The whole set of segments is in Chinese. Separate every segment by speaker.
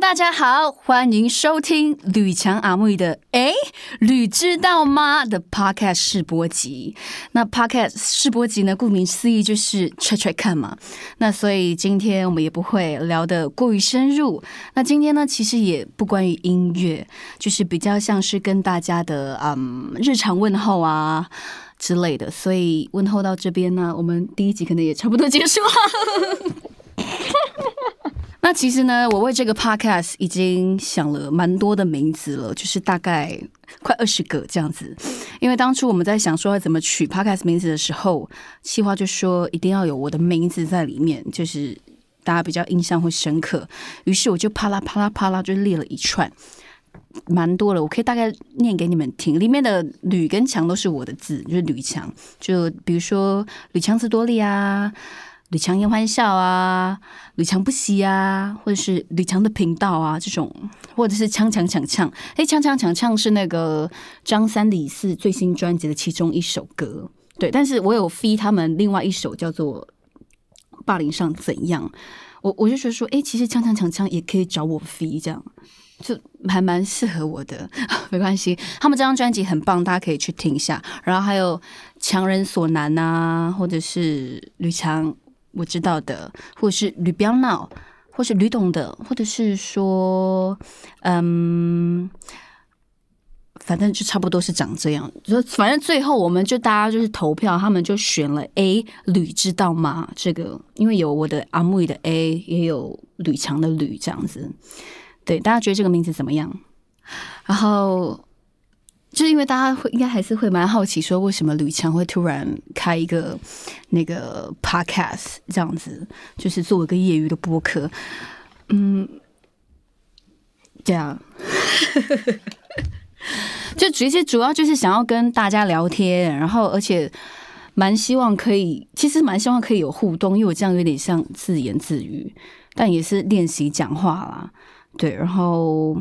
Speaker 1: 大家好，欢迎收听吕强阿木的“哎，吕知道吗”的 Podcast 试播集。那 Podcast 试播集呢，顾名思义就是 check check 看嘛。那所以今天我们也不会聊得过于深入。那今天呢，其实也不关于音乐，就是比较像是跟大家的嗯日常问候啊。之类的，所以问候到这边呢，我们第一集可能也差不多结束了。那其实呢，我为这个 podcast 已经想了蛮多的名字了，就是大概快二十个这样子。因为当初我们在想说要怎么取 podcast 名字的时候，企划就说一定要有我的名字在里面，就是大家比较印象会深刻。于是我就啪啦啪啦啪啦就列了一串，蛮多了，我可以大概念给你们听。里面的“吕”跟“强”都是我的字，就是吕强。就比如说吕强词多利啊。吕强颜欢笑啊，吕强不息啊，或者是吕强的频道啊，这种，或者是锵锵锵锵，哎，锵锵锵锵是那个张三李四最新专辑的其中一首歌，对，但是我有 f 他们另外一首叫做《霸凌上怎样》，我我就觉得说，哎，其实锵锵锵锵也可以找我 f 这样。就还蛮适合我的， 没关系。他们这张专辑很棒，大家可以去听一下。然后还有《强人所难》啊，或者是吕强我知道的，或者是吕不要闹，或是吕懂的，或者是说，嗯，反正就差不多是长这样。就反正最后我们就大家就是投票，他们就选了 A 吕知道吗？这个因为有我的阿木的 A，也有吕强的吕这样子。对，大家觉得这个名字怎么样？然后就是因为大家会应该还是会蛮好奇，说为什么吕强会突然开一个那个 podcast 这样子，就是做一个业余的播客。嗯，这样， 就其实主要就是想要跟大家聊天，然后而且。蛮希望可以，其实蛮希望可以有互动，因为我这样有点像自言自语，但也是练习讲话啦。对，然后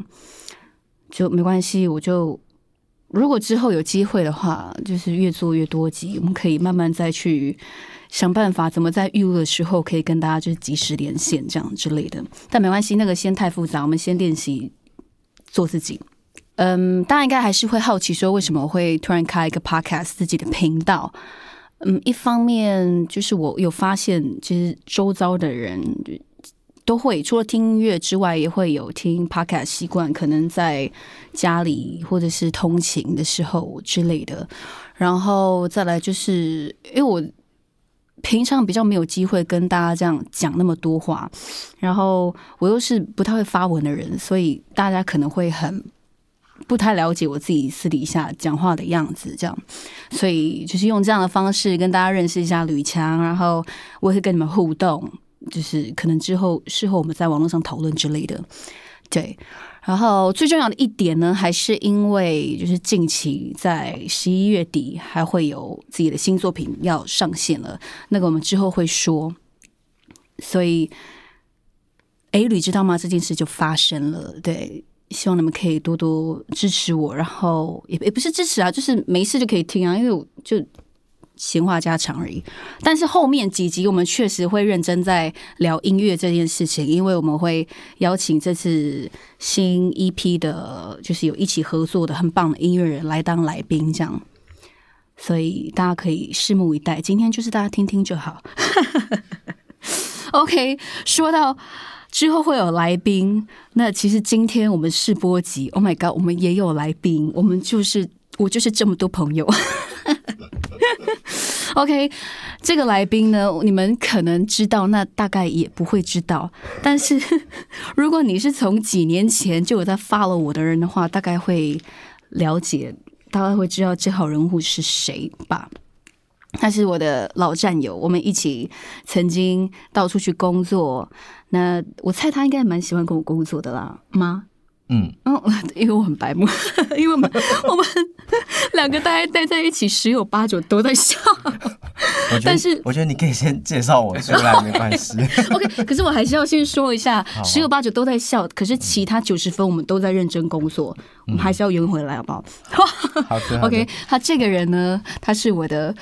Speaker 1: 就没关系，我就如果之后有机会的话，就是越做越多集，我们可以慢慢再去想办法，怎么在预录的时候可以跟大家就是及时连线这样之类的。但没关系，那个先太复杂，我们先练习做自己。嗯，大家应该还是会好奇说，为什么我会突然开一个 podcast 自己的频道？嗯，一方面就是我有发现，其实周遭的人都会除了听音乐之外，也会有听 podcast 习惯，可能在家里或者是通勤的时候之类的。然后再来就是，因为我平常比较没有机会跟大家这样讲那么多话，然后我又是不太会发文的人，所以大家可能会很。不太了解我自己私底下讲话的样子，这样，所以就是用这样的方式跟大家认识一下吕强，然后我也会跟你们互动，就是可能之后事后我们在网络上讨论之类的，对。然后最重要的一点呢，还是因为就是近期在十一月底还会有自己的新作品要上线了，那个我们之后会说，所以，哎，吕知道吗？这件事就发生了，对。希望你们可以多多支持我，然后也也不是支持啊，就是没事就可以听啊，因为我就闲话家常而已。但是后面几集我们确实会认真在聊音乐这件事情，因为我们会邀请这次新一批的，就是有一起合作的很棒的音乐人来当来宾，这样。所以大家可以拭目以待。今天就是大家听听就好。OK，说到。之后会有来宾，那其实今天我们试播集，Oh my god，我们也有来宾，我们就是我就是这么多朋友。OK，这个来宾呢，你们可能知道，那大概也不会知道。但是如果你是从几年前就有在 follow 我的人的话，大概会了解，大概会知道这号人物是谁吧。他是我的老战友，我们一起曾经到处去工作。那我猜他应该蛮喜欢跟我工作的啦，吗？
Speaker 2: 嗯，
Speaker 1: 哦，因为我很白目， 因为我们我们两个大概待在一起十有八九都在笑。
Speaker 2: 我觉得
Speaker 1: 但是
Speaker 2: 我觉得你可以先介绍我出来，没关 系。
Speaker 1: OK，可是我还是要先说一下，
Speaker 2: 啊
Speaker 1: 十有八九都在笑，可是其他九十分我们都在认真工作，
Speaker 2: 嗯
Speaker 1: 我们还是要圆回来，好不好？
Speaker 2: 好的好的
Speaker 1: OK，他这个人呢，他是我的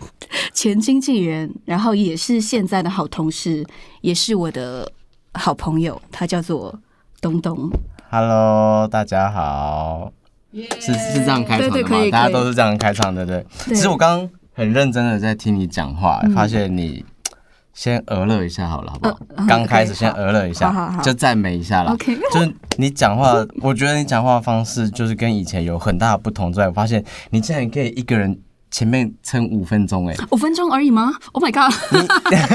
Speaker 1: 前经纪人，然后也是现在的好同事，也是我的好朋友，他叫做东东。
Speaker 2: Hello，大家好。是是这样开场的
Speaker 1: 对对
Speaker 2: 吗？
Speaker 1: 可以
Speaker 2: 大家
Speaker 1: 可以
Speaker 2: 都是这样开场的，对不对。
Speaker 1: 对嗯
Speaker 2: 其实我刚刚很认真的在听你讲话，发现你先鹅乐一下好了，好不好
Speaker 1: 呃？
Speaker 2: 刚、
Speaker 1: OK，
Speaker 2: 开始先
Speaker 1: 好
Speaker 2: 鹅乐一下，
Speaker 1: 好好好
Speaker 2: 就赞美一下啦。
Speaker 1: OK
Speaker 2: 就是你讲话，我觉得你讲话方式就是跟以前有很大的不同之外，我发现你竟然可以一个人前面撑五分钟、哎，
Speaker 1: 五分钟而已吗？Oh my god！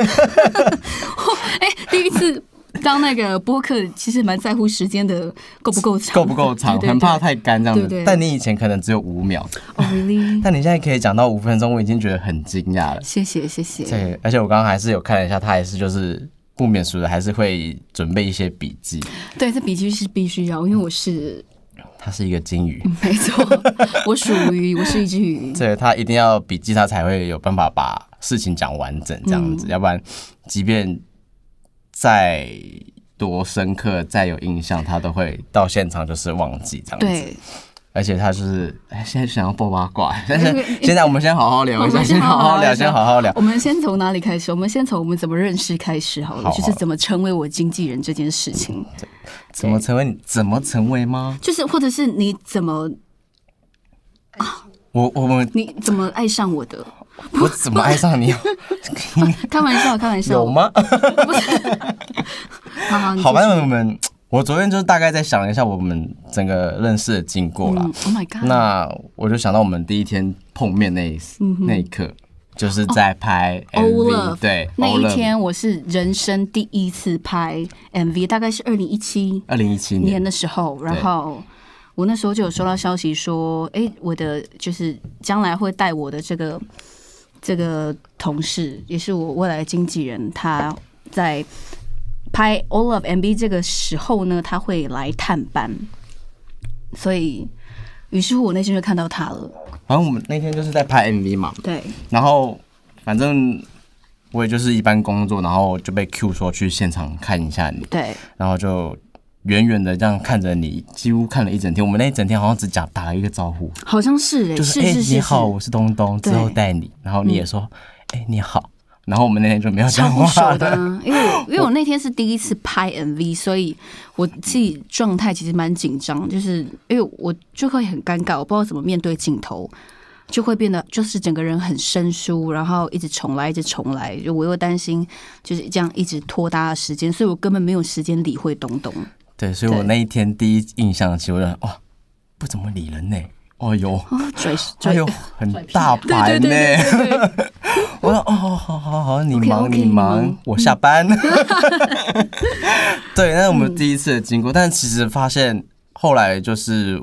Speaker 1: 哎、第一次当那个播客，其实蛮在乎时间的够不够长，
Speaker 2: 够不够长？
Speaker 1: 对对对
Speaker 2: 很怕太干这样子。
Speaker 1: 对对
Speaker 2: 但你以前可能只有五秒，
Speaker 1: 哦、really？
Speaker 2: 但你现在可以讲到五分钟，我已经觉得很惊讶了。
Speaker 1: 谢谢谢谢。
Speaker 2: 对，而且我刚刚还是有看了一下，他还是就是不免俗的，还是会准备一些笔记。
Speaker 1: 对，这笔记是必须要，因为我是
Speaker 2: 他是一个金鱼，
Speaker 1: 没错， 我属于我是一只鱼。
Speaker 2: 对他一定要笔记，他才会有办法把事情讲完整这样子，
Speaker 1: 嗯
Speaker 2: 要不然即便再多深刻、再有印象，他都会到现场就是忘记这样子。
Speaker 1: 对，
Speaker 2: 而且他就是哎现在想要爆八 卦，但是
Speaker 1: 对
Speaker 2: 现在我们先好好聊一
Speaker 1: 我
Speaker 2: 下，
Speaker 1: 们
Speaker 2: 先
Speaker 1: 先好
Speaker 2: 好
Speaker 1: 好
Speaker 2: 好
Speaker 1: 聊
Speaker 2: 聊，
Speaker 1: 一下
Speaker 2: 先好好聊。
Speaker 1: 我们先从哪里开始？我们先从我们怎么认识开始好了，
Speaker 2: 好好
Speaker 1: 就是怎么成为我经纪人这件事情，
Speaker 2: 怎么成为你？怎么成为吗？
Speaker 1: 就是或者是你怎么
Speaker 2: 我我 们
Speaker 1: 你怎么爱上我的？
Speaker 2: 我怎么爱上 你？
Speaker 1: 开玩笑，开玩笑，
Speaker 2: 有吗？
Speaker 1: 不是，好好，你
Speaker 2: 好吧，
Speaker 1: 继续
Speaker 2: 那我们我昨天就是大概在想了一下我们整个认识的经过啦。
Speaker 1: 嗯，Oh my God，
Speaker 2: 那我就想到我们第一天碰面那一、那一刻，就是在拍
Speaker 1: All
Speaker 2: MV，、
Speaker 1: Love
Speaker 2: 对，
Speaker 1: 那一天我是人生第一次拍 MV，大概是二零一七
Speaker 2: 二零一七
Speaker 1: 年
Speaker 2: 年，
Speaker 1: 的时候，然后我那时候就有收到消息说，诶，我的就是将来会带我的这个这个同事，也是我未来的经纪人，他在拍 All of MV 这个时候呢，他会来探班，所以于是乎我那天就看到他了，
Speaker 2: 然后我们那天就是在拍 MV 嘛，
Speaker 1: 对，
Speaker 2: 然后反正我也就是一般工作，然后就被 Q 说去现场看一下你，
Speaker 1: 对，
Speaker 2: 然后就。远远的这样看着你，几乎看了一整天。我们那一整天好像只讲打了一个招呼，
Speaker 1: 好像是诶，
Speaker 2: 就是
Speaker 1: 是
Speaker 2: 哎、
Speaker 1: 是是
Speaker 2: 你好，我是东东，之
Speaker 1: 对
Speaker 2: 后带你，然后你也说，哎、你好，然后我们那天就没有
Speaker 1: 超
Speaker 2: 讲
Speaker 1: 不
Speaker 2: 话
Speaker 1: 熟的
Speaker 2: 了。
Speaker 1: 啊，因为我因为我那天是第一次拍 MV，所以我自己状态其实蛮紧张，就是因为我就会很尴尬，我不知道怎么面对镜头，就会变得就是整个人很生疏，然后一直重来，一直重来，就我又担心就是这样一直拖搭的时间，所以我根本没有时间理会东东。
Speaker 2: 对，所以我
Speaker 1: 对
Speaker 2: 那一天第一印象，其实我就哇，不怎么理人呢、哦哟，
Speaker 1: 哦，拽
Speaker 2: 哎
Speaker 1: 拽，
Speaker 2: 呦，很大牌
Speaker 1: 对对
Speaker 2: 呢、
Speaker 1: 对对对对，
Speaker 2: 我说哦，好好好好，你
Speaker 1: OK，OK，
Speaker 2: 忙
Speaker 1: 你
Speaker 2: 你
Speaker 1: 忙
Speaker 2: 忙，我下班。 对，那是我们第一次的经过，但其实发现后来就是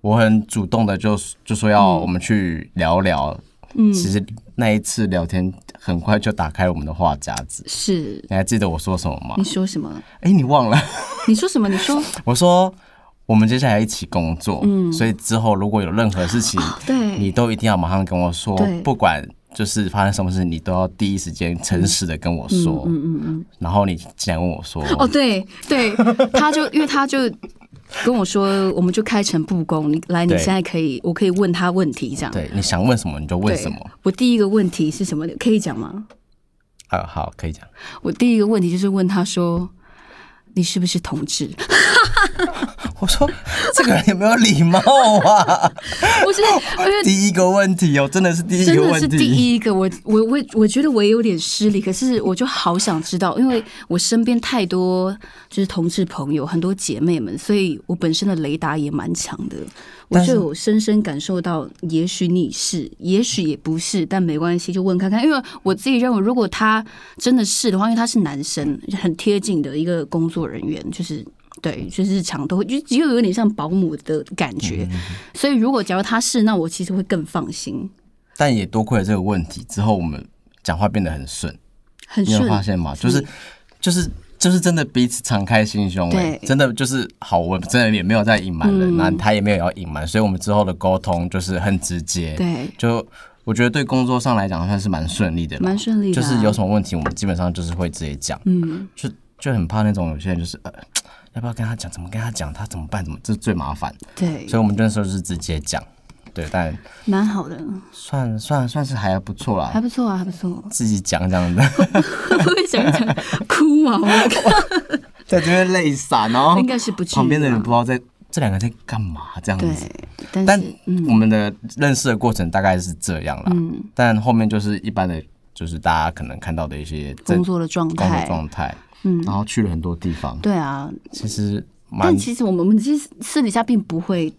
Speaker 2: 我很主动的就就说要我们去聊聊，嗯，其实那一次聊天很快就打开我们的话匣子。
Speaker 1: 是
Speaker 2: 你还记得我说什么吗
Speaker 1: 你？说什么？
Speaker 2: 哎、你忘了？
Speaker 1: 你说什么？你说哦
Speaker 2: 我说我们接下来一起工作，嗯，所以之后如果有任何事情，
Speaker 1: 对
Speaker 2: 你都一定要马上跟我说
Speaker 1: 嗯对，
Speaker 2: 不管就是发生什么事，你都要第一时间诚实的跟我说。
Speaker 1: 嗯嗯嗯。
Speaker 2: 然后你竟然问我说，
Speaker 1: 哦，对对，他就因为他就跟我说，我们就开诚布公，你来，你
Speaker 2: 对
Speaker 1: 现在可以，我可以问他问题这样。
Speaker 2: 对，你想问什么你就问什么
Speaker 1: 对。我第一个问题是什么？可以讲吗？
Speaker 2: 啊，好，可以讲。
Speaker 1: 我第一个问题就是问他说。你是不是同志？
Speaker 2: 我说这个人有没有礼貌 啊？
Speaker 1: 不是，因为
Speaker 2: 第一个问题哦，真的是第一
Speaker 1: 真
Speaker 2: 个
Speaker 1: 的
Speaker 2: 问
Speaker 1: 是
Speaker 2: 题。
Speaker 1: 第一个，我我我我觉得我也有点失礼，可是我就好想知道，因为我身边太多就是同志朋友，很多姐妹们，所以我本身的雷达也蛮强的，我
Speaker 2: 但是
Speaker 1: 就有深深感受到，也许你是，也许也不是，但没关系，就问看看，因为我自己认为，如果他真的是的话，因为他是男生，很贴近的一个工作人员，就是。对，就是日常都会，就只有有点像保姆的感觉，
Speaker 2: 嗯
Speaker 1: 所以如果假如他是，那我其实会更放心。
Speaker 2: 但也多亏了这个问题之后，我们讲话变得很顺。
Speaker 1: 很
Speaker 2: 你有
Speaker 1: 顺，
Speaker 2: 发现吗？就是就是就是真的彼此敞开心胸、欸，
Speaker 1: 对嗯
Speaker 2: 真的就是好，我真的也没有在隐瞒人，那、他也没有要隐瞒，所以我们之后的沟通就是很直接，
Speaker 1: 对，
Speaker 2: 就我觉得对工作上来讲算是蛮顺利的啦，
Speaker 1: 蛮顺利的
Speaker 2: 就
Speaker 1: 啊、
Speaker 2: 是有什么问题我们基本上就是会直接讲，
Speaker 1: 嗯，
Speaker 2: 就就很怕那种有些人就是呃。要不要跟他讲？怎么跟他讲？他怎么办？怎么这最麻烦？
Speaker 1: 对，
Speaker 2: 所以我们那时候就是直接讲，对，但
Speaker 1: 蛮好的，
Speaker 2: 算算算是还不错啦
Speaker 1: 还，不
Speaker 2: 。
Speaker 1: 错啊，还不错
Speaker 2: 自己讲这样子。
Speaker 1: 会不会想讲哭啊？我
Speaker 2: 在这边泪洒，然后
Speaker 1: 应该是不至于
Speaker 2: 旁边的人
Speaker 1: 啦
Speaker 2: 不知道在这两个在干嘛这样
Speaker 1: 对
Speaker 2: 子。，
Speaker 1: 但
Speaker 2: 嗯但
Speaker 1: 是嗯
Speaker 2: 我们的认识的过程大概是这样啦，但后面就是一般的，就是大家可能看到的一些在
Speaker 1: 工作的状
Speaker 2: 工作
Speaker 1: 态，
Speaker 2: 状态，然后去了很多地方，
Speaker 1: 对啊，
Speaker 2: 其实蛮
Speaker 1: 嗯但其实我们我们其实私底下并不会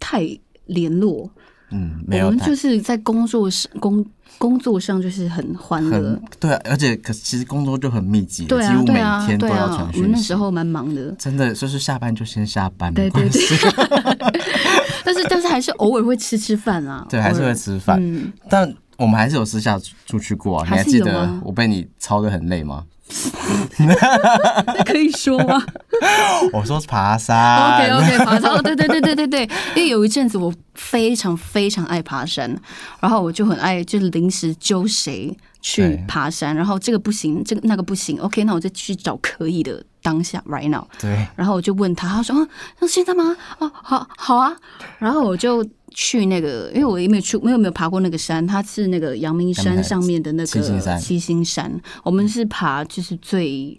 Speaker 1: 太联络，
Speaker 2: 嗯没
Speaker 1: 我
Speaker 2: 有
Speaker 1: 们
Speaker 2: 太
Speaker 1: 就是在工作上工工作上就是很欢乐
Speaker 2: 很，对啊，而且可其实工作就很密集，
Speaker 1: 对
Speaker 2: 几
Speaker 1: 啊
Speaker 2: 乎
Speaker 1: 对
Speaker 2: 每
Speaker 1: 啊
Speaker 2: 天都
Speaker 1: 对
Speaker 2: 要
Speaker 1: 啊
Speaker 2: 传，
Speaker 1: 我们
Speaker 2: 讯
Speaker 1: 那
Speaker 2: 息，
Speaker 1: 时候蛮忙的，
Speaker 2: 真的就是下班就先下班，
Speaker 1: 对
Speaker 2: 没
Speaker 1: 对
Speaker 2: 关系，
Speaker 1: 对， 但是但是还是偶尔会吃吃饭啊，
Speaker 2: 对还是
Speaker 1: 偶尔
Speaker 2: 会吃饭，
Speaker 1: 嗯，
Speaker 2: 但我们还是有私下出出去过啊，你
Speaker 1: 还
Speaker 2: 还
Speaker 1: 是
Speaker 2: 记
Speaker 1: 有
Speaker 2: 得
Speaker 1: 啊
Speaker 2: 我被你操的很 累吗？
Speaker 1: 那可以说吗
Speaker 2: 我说爬山
Speaker 1: ？OK OK，爬山，哦对对对对对对，因为有一阵子我非常非常爱爬山，然后我就很爱就是临时揪谁去
Speaker 2: 对
Speaker 1: 爬山，然后这个不行，这个那个不行，OK，那我就去找可以的当下 right now，
Speaker 2: 对，
Speaker 1: 然后我就问他，他说啊，那现在吗？哦，好，好啊。然后我就去那个，因为我也没有去，没有没有爬过那个山，它是那个阳明
Speaker 2: 阳
Speaker 1: 山
Speaker 2: 明山
Speaker 1: 上面的那个
Speaker 2: 七星山
Speaker 1: 七星山我们是爬就是最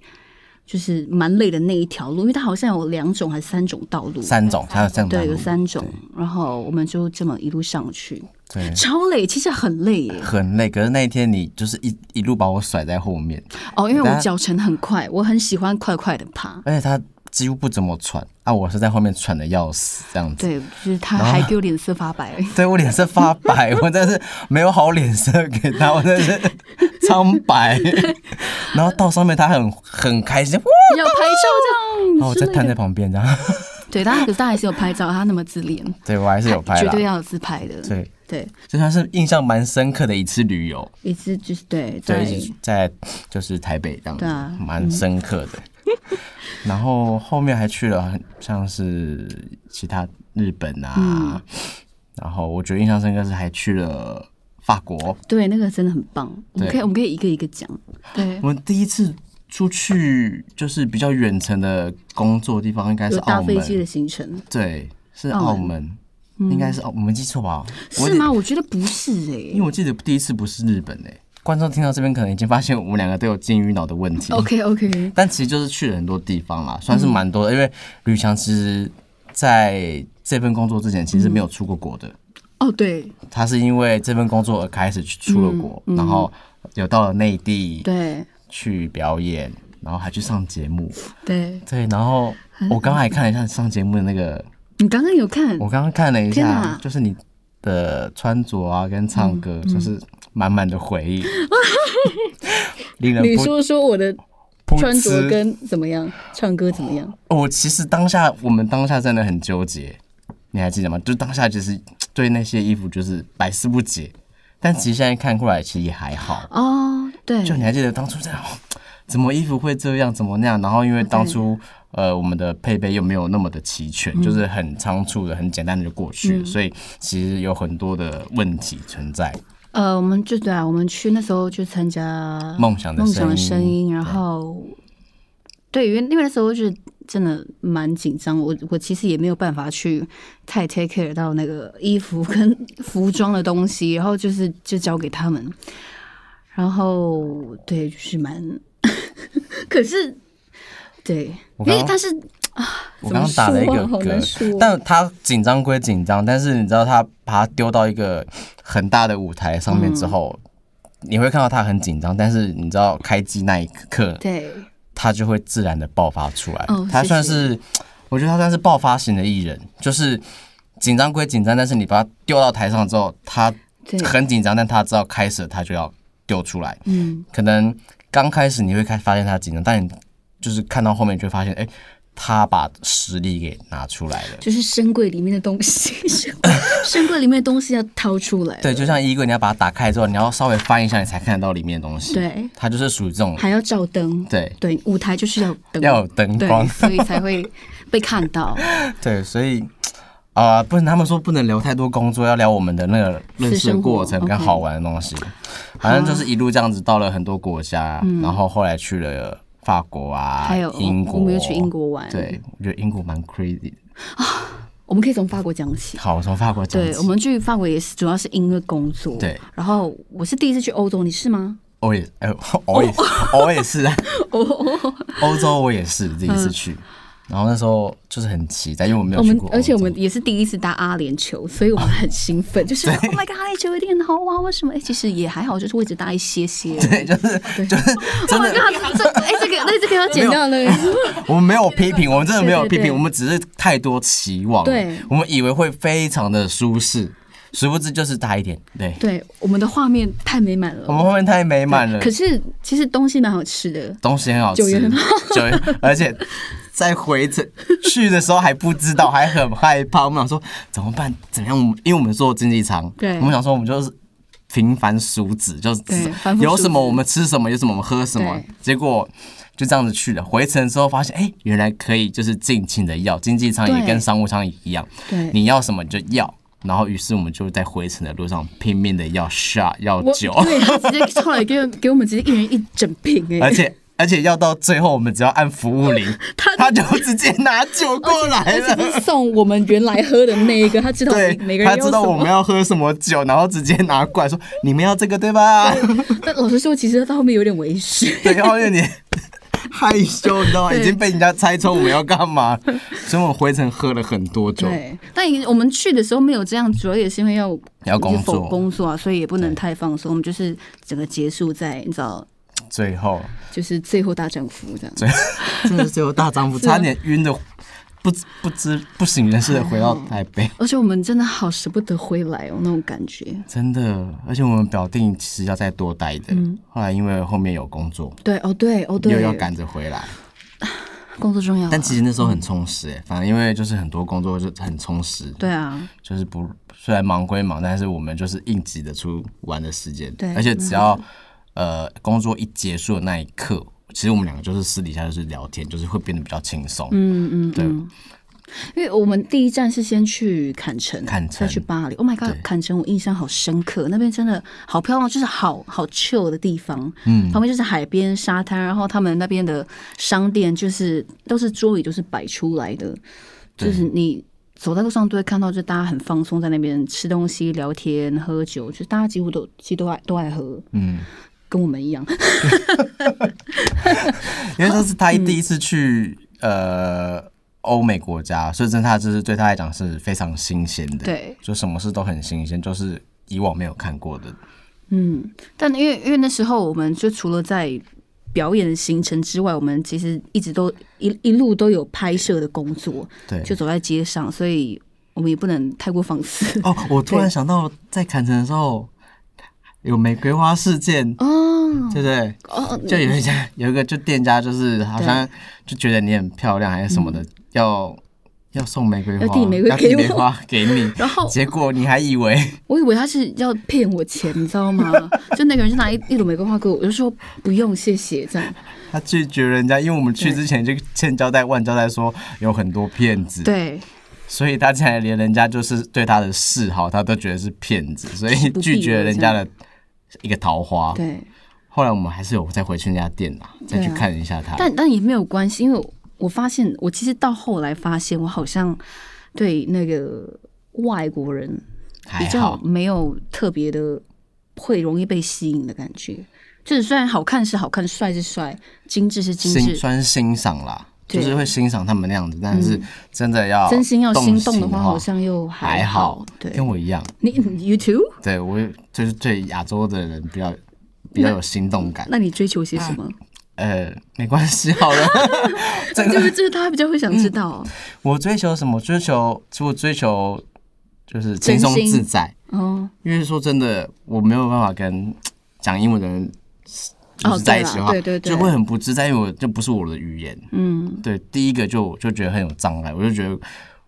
Speaker 1: 就是蛮累的那一条路，因为它好像有两种还是三种道路，
Speaker 2: 三种，还有这样
Speaker 1: 对，
Speaker 2: 的
Speaker 1: 有
Speaker 2: 路
Speaker 1: 三种。然后我们就这么一路上去，
Speaker 2: 对，
Speaker 1: 超累，其实很累耶。
Speaker 2: 很累。可是那一天你就是一一路把我甩在后面，
Speaker 1: 哦，因为
Speaker 2: 大
Speaker 1: 我
Speaker 2: 家
Speaker 1: 脚程很快，我很喜欢快快的爬。
Speaker 2: 而且他几乎不怎么喘啊，我是在后面喘的要死这样子。
Speaker 1: 对，就是他还给我脸色发白。
Speaker 2: 对我脸色发白，我真的是没有好脸色给他，我真的是苍 白。然后到上面他很很开心，哇！
Speaker 1: 要拍照这样。
Speaker 2: 然哦后我
Speaker 1: 之
Speaker 2: 在
Speaker 1: 类的
Speaker 2: 瘫在旁边这样，
Speaker 1: 对，但他可是他还是有拍照，他那么自恋，
Speaker 2: 对我还是有拍
Speaker 1: 绝
Speaker 2: 啦
Speaker 1: 对。啊要有自拍的。
Speaker 2: 对，
Speaker 1: 对，
Speaker 2: 这算是印象蛮深刻的一次旅游，
Speaker 1: 一直就是对在
Speaker 2: 对，一起在就是台北这样子
Speaker 1: 对啊，嗯
Speaker 2: 蛮深刻的。然后后面还去了很像是其他日本
Speaker 1: 嗯
Speaker 2: 啊，然后我觉得印象深刻是还去了法国，
Speaker 1: 对那个真的很棒，我们
Speaker 2: 对
Speaker 1: 可以我们可以一个一个讲。对，
Speaker 2: 我们第一次出去就是比较远程的工作地方，应该是
Speaker 1: 有搭
Speaker 2: 澳
Speaker 1: 飞机的
Speaker 2: 门，
Speaker 1: 行程
Speaker 2: 对，是
Speaker 1: 澳门嗯
Speaker 2: 澳门，应该是澳，我没记错吧？我
Speaker 1: 是吗？我觉得不是
Speaker 2: 因
Speaker 1: 哎
Speaker 2: 为。我记得第一次不是日本诶、观众听到这边可能已经发现我们两个都有金鱼脑的问题。
Speaker 1: OK OK，
Speaker 2: 但其实就是去了很多地方
Speaker 1: 嗯
Speaker 2: 啦，算是蛮多的。因为吕强其实在这份工作之前其实没有出过国的，
Speaker 1: 哦对
Speaker 2: 他是因为这份工作而开始去出了国，然后有到了内地
Speaker 1: 嗯对
Speaker 2: 去表演，然后还去上节目。
Speaker 1: 对，
Speaker 2: 对，然后我刚刚还看了一下上节目的那个，
Speaker 1: 你刚刚有看
Speaker 2: 我刚刚看了一
Speaker 1: 天
Speaker 2: 下
Speaker 1: 哪，嗯
Speaker 2: 就是你的穿着啊跟唱歌，就是满满的回 忆，令人
Speaker 1: 你
Speaker 2: 不
Speaker 1: 说说我的
Speaker 2: 不
Speaker 1: 穿着
Speaker 2: 知
Speaker 1: 跟怎么样，唱歌怎么样？
Speaker 2: 我其实当下我们当下真的很纠结，你还记得吗？就当下就是对那些衣服就是百思不解，但其实现在看过来其实也还好。
Speaker 1: 哦，对
Speaker 2: 就你还记得当初这样，怎么衣服会这样，怎么那样？然后因为当初呃我们的配备又没有那么的齐全，就是
Speaker 1: 嗯
Speaker 2: 很仓促的、很简单的就过去了，所以其实有很多的问题存在。
Speaker 1: 呃，我们就对啊，我们去那时候去参加
Speaker 2: 梦想
Speaker 1: 嗯
Speaker 2: 的
Speaker 1: 梦想的
Speaker 2: 声
Speaker 1: 声
Speaker 2: 音
Speaker 1: 音，然后对，因为因为那时候就是真的蛮紧张，我我其实也没有办法去太 take care 到那个衣服跟 服装的东西，然后就是就交给他们，然后对，就是蛮， 可是对，因
Speaker 2: 我刚
Speaker 1: 为但是啊
Speaker 2: 我刚刚打了一个
Speaker 1: 怎么说啊好难说
Speaker 2: 嗝，但他紧张归紧张，但是你知道他把他丢到一个很大的舞台上面之
Speaker 1: 嗯
Speaker 2: 后，你会看到他很紧张，但是你知道开机那一刻，
Speaker 1: 对
Speaker 2: 他就会自然的爆发出来。
Speaker 1: 哦
Speaker 2: 他
Speaker 1: 谢谢
Speaker 2: 算是，我觉得他算是爆发型的艺人，就是紧张归紧张，但是你把他丢到台上之后，他
Speaker 1: 对，
Speaker 2: 很紧张，但他知道开始了他就要丢出来。
Speaker 1: 嗯，
Speaker 2: 可能刚开始你会开发现他紧张，但你就是看到后面你就会发现，哎、他把实力给拿出来了。
Speaker 1: 就是深柜里面的东西，深柜深柜里面的东西要掏出来了，
Speaker 2: 对，就像衣柜，你要把它打开之后，你要稍微翻一下，你才看得到里面的东西。，
Speaker 1: 对，
Speaker 2: 它就是属于这 种，
Speaker 1: 还要照灯，
Speaker 2: 对，
Speaker 1: 对，舞台就是要有灯，
Speaker 2: 要有灯
Speaker 1: 对
Speaker 2: 光
Speaker 1: 所以才会被看 到。
Speaker 2: 对，所以啊、不能他们说不能聊太多工作，要聊我们的那个认识的过
Speaker 1: 私
Speaker 2: 程
Speaker 1: 生活
Speaker 2: 跟
Speaker 1: OK
Speaker 2: 好玩的东西。
Speaker 1: 嗯
Speaker 2: 反正就是一路这样子到了很多国家，然后后来去了法国啊，
Speaker 1: 还有
Speaker 2: 英国，
Speaker 1: 我们又去英。国玩，，
Speaker 2: 对，我觉得英国蛮 crazy 的。
Speaker 1: 我们可以从法国讲起。
Speaker 2: 好，我从法国讲
Speaker 1: 对，
Speaker 2: 起
Speaker 1: 我。们去法国也是，主要是因为工作。
Speaker 2: 对，
Speaker 1: 然后我是第一次去欧洲，你是吗？
Speaker 2: 我也，哎、 我也，
Speaker 1: 哦
Speaker 2: 我 也是，啊哦欧洲我也是第一次去，然后那时候就是很期待，因为我没
Speaker 1: 嗯
Speaker 2: 有
Speaker 1: 我
Speaker 2: 去
Speaker 1: 们
Speaker 2: 过欧洲，哦
Speaker 1: 而且我们也是第一次搭阿联酋，所以我们很兴奋，就是 Oh my God，阿联酋一定很好玩，为什么？哎，其实也还好，就是位置搭一些些。
Speaker 2: 对，就是就是真
Speaker 1: Oh my
Speaker 2: 的，
Speaker 1: God，这哎这个那这个要剪掉了。
Speaker 2: 我们没有批评，我们真的没有批
Speaker 1: 对对对
Speaker 2: 评，我们只是太多期望了，
Speaker 1: 对
Speaker 2: 我们以为会非常的舒适，殊不知就是大一点，对，
Speaker 1: 对，我们的画面太美满
Speaker 2: 我
Speaker 1: 了。
Speaker 2: 们后面太美满了
Speaker 1: 可，是其实东西蛮好吃的，
Speaker 2: 东西很好吃，
Speaker 1: 酒也很
Speaker 2: 酒也，而且在回程去的时候还不知道，还很害怕。我们想说怎么办？怎么样？我们因为我们做经济舱，
Speaker 1: 对
Speaker 2: 我们想说我们就是平凡俗子，就是
Speaker 1: 对凡夫俗子
Speaker 2: 有什么我们吃什么，有什么我们喝什么
Speaker 1: 对。
Speaker 2: 结果就这样子去了。回程之后发现，哎、原来可以就是尽情的要，经济舱也
Speaker 1: 对
Speaker 2: 跟商务舱一样，
Speaker 1: 对
Speaker 2: 你要什么你就要。然后，于是我们就在回程的路上拼命的要 shot 要酒，
Speaker 1: 对他直接后来给我给我们直接一人一整瓶哎、
Speaker 2: 而且而且要到最后，我们只要按服务铃，
Speaker 1: 他
Speaker 2: 他就直接拿酒过来
Speaker 1: 而且
Speaker 2: 了。
Speaker 1: 是送我们原来喝的那一个，他知道
Speaker 2: 对
Speaker 1: 每个，人
Speaker 2: 他
Speaker 1: 要
Speaker 2: 知道
Speaker 1: 什
Speaker 2: 我
Speaker 1: 么
Speaker 2: 们要喝什么酒，然后直接拿过来说：“你们要这个对吧。
Speaker 1: 但老实说，其实到后面有点为时？”
Speaker 2: 对，然后 有点害羞，你知道吗？
Speaker 1: 对
Speaker 2: 已经被人家猜出我们要干嘛， 所以我们回程喝了很多酒。
Speaker 1: 对，但我们去的时候没有这样，主要也是因为要
Speaker 2: 要工作
Speaker 1: 就是工作啊，所以也不能太放松。我们就是整个结束在你知道，
Speaker 2: 最后，
Speaker 1: 就是最后大丈夫这样。
Speaker 2: 最真的是最后大丈夫，
Speaker 1: 啊
Speaker 2: 差点晕的不知不知不省人事的 回到台北。
Speaker 1: 而且我们真的好舍不得回来哦，那种感觉。
Speaker 2: 真的，而且我们表定其实要再多待的，
Speaker 1: 嗯
Speaker 2: 后来因为后面有工作，
Speaker 1: 对，哦对，哦对，
Speaker 2: 又要赶着回来。
Speaker 1: 工作重要啊、
Speaker 2: 但其实那时候很充实、欸，反正因为就是很多工作就很充实，
Speaker 1: 对啊，
Speaker 2: 就是不虽然忙归忙，但是我们就是硬挤得出玩的时间，
Speaker 1: 对嗯
Speaker 2: 而且只要、呃工作一结束的那一刻，其实我们两个就是私底下就是聊天，就是会变得比较轻松，
Speaker 1: 嗯嗯
Speaker 2: 对
Speaker 1: 嗯。因为我们第一站是先去坎城，
Speaker 2: 坎城
Speaker 1: 再去巴黎。Oh my god，
Speaker 2: 对
Speaker 1: 坎城我印象好深刻，那边真的好漂亮，就是好好 chill 的地方。嗯，旁边就是海边沙滩，然后他们那边的商店就是都是桌椅都是摆出来的，就是你走在路上都会看到，就大家很放松在那边吃东西、聊天、喝酒，就大家几乎都其实都爱都爱喝，
Speaker 2: 嗯，
Speaker 1: 跟我们 一样。
Speaker 2: 因为这是
Speaker 1: 嗯
Speaker 2: 他第一次去、呃欧美国家，所以真的他就是对他来讲是非常新鲜的，，
Speaker 1: 对，
Speaker 2: 就什么事都很新鲜，就是以往没有看过的，
Speaker 1: 嗯，但因为因为那时候我们就除了在表演的行程之外，我们其实一直都一一路都有拍摄的工作，
Speaker 2: 对，
Speaker 1: 就走在街上，所以我们也不能太过放 肆。
Speaker 2: 哦，我突然想到，在砍城的时候有玫瑰花事件，
Speaker 1: 哦
Speaker 2: 对不对？
Speaker 1: 哦，
Speaker 2: 就有一家有一个就店家，就是好像就觉得你很漂亮还是什么的，要要送玫瑰花，
Speaker 1: 嗯要递玫瑰
Speaker 2: 要
Speaker 1: 给
Speaker 2: 递
Speaker 1: 我
Speaker 2: 玫瑰花给你，
Speaker 1: 然后
Speaker 2: 结果你还以为
Speaker 1: 我以为他是要骗我钱，你知道吗？就那个人就拿一一朵玫瑰花给我，我就说不用，谢谢，这样。
Speaker 2: 他拒绝人家，因为我们去之前就千交代万交代说有很多骗子，
Speaker 1: 对，
Speaker 2: 所以他现在连人家就是对他的示好，他都觉得是骗子，所以
Speaker 1: 不必
Speaker 2: 拒绝
Speaker 1: 了
Speaker 2: 人
Speaker 1: 这
Speaker 2: 家
Speaker 1: 样
Speaker 2: 的一个桃花。
Speaker 1: 对，
Speaker 2: 后来我们还是有再回去那家店啊，再去
Speaker 1: 对啊
Speaker 2: 看一下他。
Speaker 1: 但但也没有关系，因为我我发现，我其实到后来发现，我好像对那个外国人
Speaker 2: 还
Speaker 1: 比较
Speaker 2: 好，
Speaker 1: 没有特别的会容易被吸引的感觉。就是虽然好看是好看，帅是帅，精致是精
Speaker 2: 欣
Speaker 1: 致，
Speaker 2: 算是欣赏啦，
Speaker 1: 对嗯
Speaker 2: 就是会欣赏他们那样子，但是真的要
Speaker 1: 真心要心动
Speaker 2: 动
Speaker 1: 的话，好像又
Speaker 2: 还
Speaker 1: 好
Speaker 2: 好。，
Speaker 1: 对，
Speaker 2: 跟我一样，
Speaker 1: 你你 you too？
Speaker 2: 对我就是对亚洲的人比较
Speaker 1: 嗯
Speaker 2: 比较有心动感，
Speaker 1: 那你追求些什么？
Speaker 2: 呃，没关系，好了， 这
Speaker 1: 就
Speaker 2: 个
Speaker 1: 是这是大家比较会想知道哦。
Speaker 2: 我追求什么？追求我追求就是轻松
Speaker 1: 真心
Speaker 2: 自在，
Speaker 1: 哦，
Speaker 2: 因为说真的，我没有办法跟讲英文的人就是在一起的话，
Speaker 1: 哦对啦对对对
Speaker 2: 就会很不自在，因为我就不是我的语言。
Speaker 1: 嗯，
Speaker 2: 对，第一个就就觉得很有障碍，我就觉得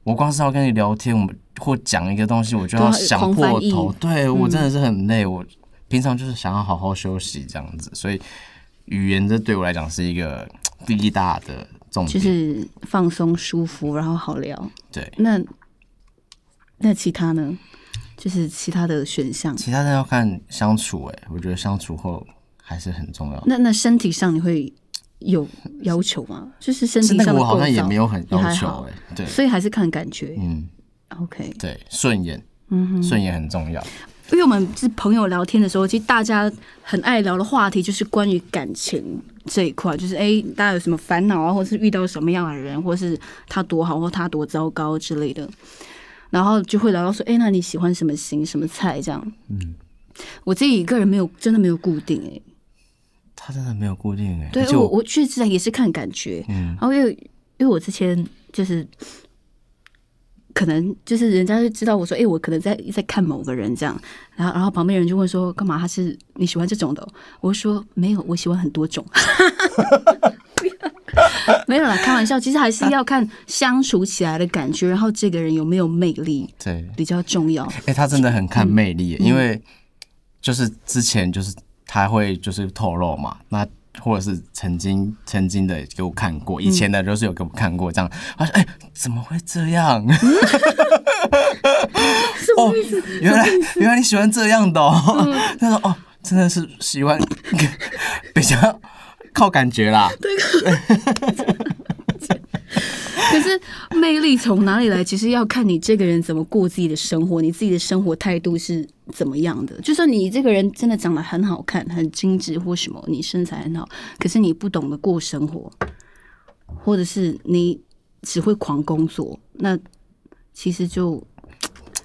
Speaker 2: 我光是要跟你聊天，我们或讲一个东西，我就
Speaker 1: 都
Speaker 2: 要
Speaker 1: 要
Speaker 2: 想
Speaker 1: 狂翻
Speaker 2: 破
Speaker 1: 译
Speaker 2: 头，对我真的是很累。我平常就是想要好好休息这样子，所以语言这对我来讲是一个嘖第一大的重
Speaker 1: 就
Speaker 2: 点。
Speaker 1: 是放松、舒服，然后好聊。
Speaker 2: 对，
Speaker 1: 那那其他呢？就是其他的选项。
Speaker 2: 其他的要看相处、欸，哎，我觉得相处后还是很重要。
Speaker 1: 那那身体上你会有要求吗？就是身
Speaker 2: 是
Speaker 1: 体
Speaker 2: 那
Speaker 1: 上的
Speaker 2: 个
Speaker 1: 构
Speaker 2: 我
Speaker 1: 造，
Speaker 2: 好像也没有很
Speaker 1: 也
Speaker 2: 要
Speaker 1: 还
Speaker 2: 求、
Speaker 1: 好
Speaker 2: 欸，哎，对，
Speaker 1: 所以还是看感觉。
Speaker 2: 嗯，
Speaker 1: OK，
Speaker 2: 对，顺眼，
Speaker 1: 嗯哼，
Speaker 2: 顺眼很重要。
Speaker 1: 因为我们是朋友聊天的时候，其实大家很爱聊的话题就是关于感情这一块，就是哎、大家有什么烦恼啊，或是遇到什么样的人，或是他多好或他多糟糕之类的，然后就会聊到说，哎、那你喜欢什么型、什么菜这样。嗯，我自己个人没有，真的没有固定哎、
Speaker 2: 他真的没有固定哎、
Speaker 1: 对
Speaker 2: 而且
Speaker 1: 我我确实也是看感觉，然后因为因为我之前就是。可能就是人家就知道我说，哎、我可能在在看某个人这样，然后然后旁边人就问说，干嘛他是你喜欢这种的哦、我就说没有，我喜欢很多种。 没有啦，开玩笑，其实还是要看相处起来的感觉，然后这个人有没有魅力
Speaker 2: 对，
Speaker 1: 比较重要。
Speaker 2: 哎、他真的很
Speaker 1: 嗯
Speaker 2: 看魅力耶、因为就是之前就是他会就是透露嘛，那或者是曾经曾经的给我看过，
Speaker 1: 嗯
Speaker 2: 以前的就是有给我看过这样，他说哎、怎么会这样？ 哦，原来原来你喜欢这样的哦，
Speaker 1: 嗯
Speaker 2: 他说哦，真的是喜欢 比较靠感觉啦，
Speaker 1: 可是魅力从哪里来？其实要看你这个人怎么过自己的生活，你自己的生活态度是怎么样的。就算你这个人真的长得很好看、很精致或什么，你身材很好，可是你不懂得过生活，或者是你只会狂工作，那其实就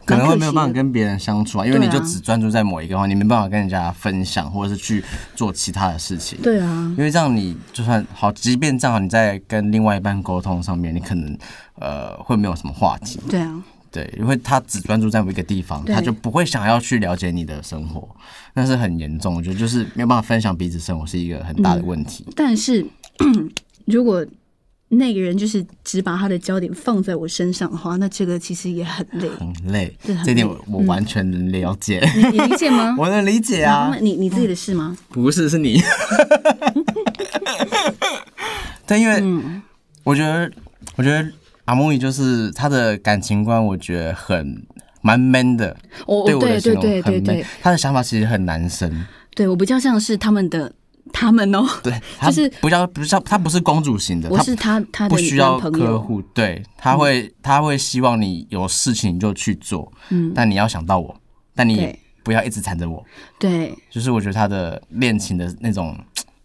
Speaker 2: 可能会
Speaker 1: 蛮
Speaker 2: 没有
Speaker 1: 惜
Speaker 2: 办法
Speaker 1: 的
Speaker 2: 跟别人相处啊，因为
Speaker 1: 对
Speaker 2: 你就
Speaker 1: 啊
Speaker 2: 只专注在某一个话，你没办法跟人家分享，或者是去做其他的事情。
Speaker 1: 对啊，
Speaker 2: 因为这样你就算好，即便这样你在跟另外一半沟通上面，你可能呃会没有什么话题，
Speaker 1: 对啊。
Speaker 2: 对，因为他只专注在某一个地方，
Speaker 1: 对
Speaker 2: 他就不会想要去了解你的生活，那是很严重，我觉得就是没有办法分享彼此生活是一个很
Speaker 1: 嗯
Speaker 2: 大的问题。
Speaker 1: 但是 如果那个人就是只把他的焦点放在我身上的话，那这个其实也很 累。
Speaker 2: 很累
Speaker 1: 对，很
Speaker 2: 这点
Speaker 1: 累嗯
Speaker 2: 我我完全能了解，？
Speaker 1: 你理解吗
Speaker 2: 我能理解
Speaker 1: 然
Speaker 2: 啊嗯
Speaker 1: 后。你你自己的事吗？
Speaker 2: 不是，是你。 但因
Speaker 1: 嗯
Speaker 2: 为我觉得，我觉得阿木伊就是他的感情观，我觉得很蛮 man 的。
Speaker 1: 我我
Speaker 2: 对我的
Speaker 1: 哦对对
Speaker 2: 形容
Speaker 1: 对
Speaker 2: 很
Speaker 1: 对
Speaker 2: man，
Speaker 1: 对
Speaker 2: 他的想法其实很男生，
Speaker 1: 对，我比较像是他们的他们哦，
Speaker 2: 对，他
Speaker 1: 就是
Speaker 2: 不叫不叫他不是公主型的，
Speaker 1: 我
Speaker 2: 他
Speaker 1: 是他他的
Speaker 2: 不需要
Speaker 1: 男朋
Speaker 2: 呵
Speaker 1: 友，
Speaker 2: 护，对，他会他会希望你有事情就去做，嗯，但你要想到我，但你也
Speaker 1: 对
Speaker 2: 不要一直缠着我，
Speaker 1: 对，
Speaker 2: 就是我觉得他的恋情的那种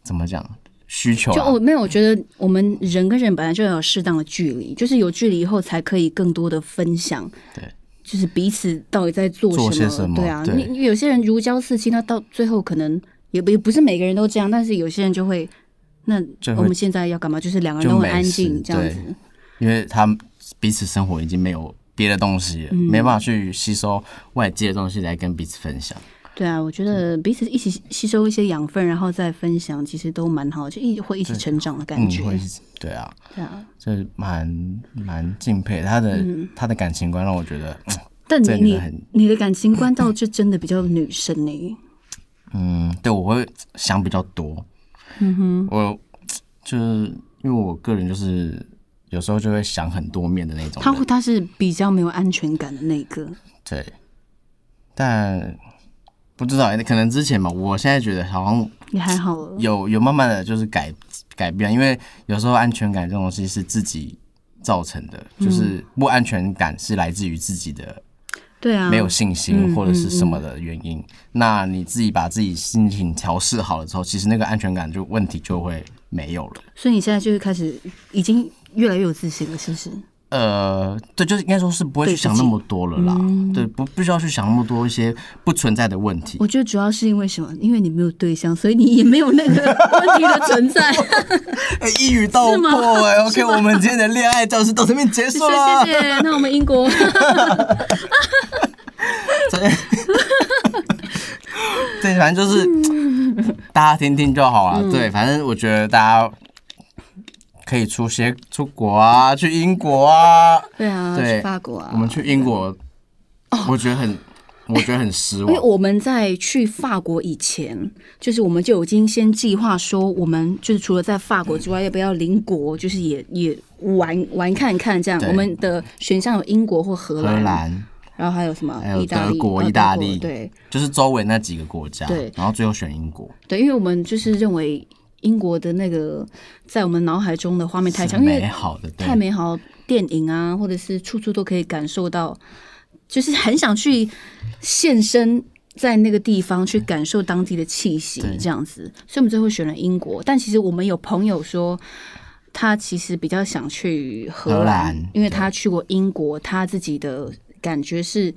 Speaker 2: 怎么讲需求、啊，
Speaker 1: 就哦我没有，我觉得我们人跟人本来就要有适当的距离，就是有距离以后才可以更多的分享，
Speaker 2: 对，
Speaker 1: 就是彼此到底在做
Speaker 2: 做
Speaker 1: 什
Speaker 2: 些
Speaker 1: 么，
Speaker 2: 什么
Speaker 1: 对啊，
Speaker 2: 对
Speaker 1: 你你有些人如胶似漆，那到最后可能也不也不是每个人都这样，但是有些人就会，那
Speaker 2: 就会
Speaker 1: 我们现在要干嘛？就是两个人
Speaker 2: 就
Speaker 1: 都很
Speaker 2: 没
Speaker 1: 安
Speaker 2: 事
Speaker 1: 静这样
Speaker 2: 对
Speaker 1: 子，
Speaker 2: 因为他们彼此生活已经没有别的东西
Speaker 1: 嗯
Speaker 2: 了，没办法去吸收外界的东西来跟彼此分享。
Speaker 1: 对啊，我觉得彼此一起吸收一些养分，然后再分享，其实都蛮好，就一会一起成长的感
Speaker 2: 嗯
Speaker 1: 觉。，
Speaker 2: 会是对啊，
Speaker 1: 对啊，嗯
Speaker 2: 这蛮蛮敬佩他的、他的感情观，让我觉得，
Speaker 1: 但
Speaker 2: 这
Speaker 1: 你
Speaker 2: 个
Speaker 1: 你
Speaker 2: 很
Speaker 1: 你的感情观到这真的比较女生呢、
Speaker 2: 嗯，对我会想比较多。嗯哼，我就是因为我个人就是有时候就会想很多面的那种
Speaker 1: 她
Speaker 2: 人，
Speaker 1: 会她是比较没有安全感的那个。
Speaker 2: 对，但。不知道，可能之前吧，我现在觉得好像
Speaker 1: 也还好了，
Speaker 2: 有有慢慢的就是改改变，因为有时候安全感这种东西是自己造成的，
Speaker 1: 嗯
Speaker 2: 就是不安全感是来自于自己的
Speaker 1: 对啊，
Speaker 2: 没有信心或者是什么的原因。
Speaker 1: 嗯
Speaker 2: 那你自己把自己心情调试好了之后，其实那个安全感就问题就会没有了。
Speaker 1: 所以你现在就是开始已经越来越有自信了，是不是？
Speaker 2: 呃，对，就是应该说是不会去
Speaker 1: 对自己
Speaker 2: 想那么多了啦，对，不不需要去想那么多一些不存在的问题。
Speaker 1: 嗯我觉得主要是因为什么？因为你没有对象，所以你也没有那个 问题的存 在。
Speaker 2: 哎一语道
Speaker 1: 是吗
Speaker 2: 破哎、o k 我们今天的恋爱教室到这边结束 了。
Speaker 1: 谢谢谢谢，那我们英国
Speaker 2: 对，反正就是大家听听就好
Speaker 1: 嗯
Speaker 2: 了。对，反正我觉得大家可以出些出国啊，去英国啊。
Speaker 1: 对啊，
Speaker 2: 对
Speaker 1: 去法国啊，哦
Speaker 2: 我们去英国，我觉得很，我觉得很失
Speaker 1: 因为
Speaker 2: 望。
Speaker 1: 我们在去法国以前，就是我们就已经先计划说，我们就是除了在法国之外，要不要邻国，就是也也玩玩看看这样。
Speaker 2: 对
Speaker 1: 我们的选项有英国或荷
Speaker 2: 荷
Speaker 1: 兰，
Speaker 2: 兰
Speaker 1: 然后还有什么
Speaker 2: 还有
Speaker 1: 意大利、
Speaker 2: 德国
Speaker 1: 呃
Speaker 2: 意大利
Speaker 1: 对
Speaker 2: 就是周围那几个国家
Speaker 1: 对，
Speaker 2: 然后最后选英国。
Speaker 1: 对，因为我们就是认为英国的那个在我们脑海中的画面太强，因
Speaker 2: 美
Speaker 1: 为
Speaker 2: 好的，对
Speaker 1: 太美好，电影啊， 或者是处处都可以感受到，就是很想去现身在那个地方去感受当地的气息，这样子。所以我们最后选了英国，但其实我们有朋友说，他其实比较想去荷
Speaker 2: 荷
Speaker 1: 兰
Speaker 2: 兰，
Speaker 1: 因为他去过英国，他自己的感觉是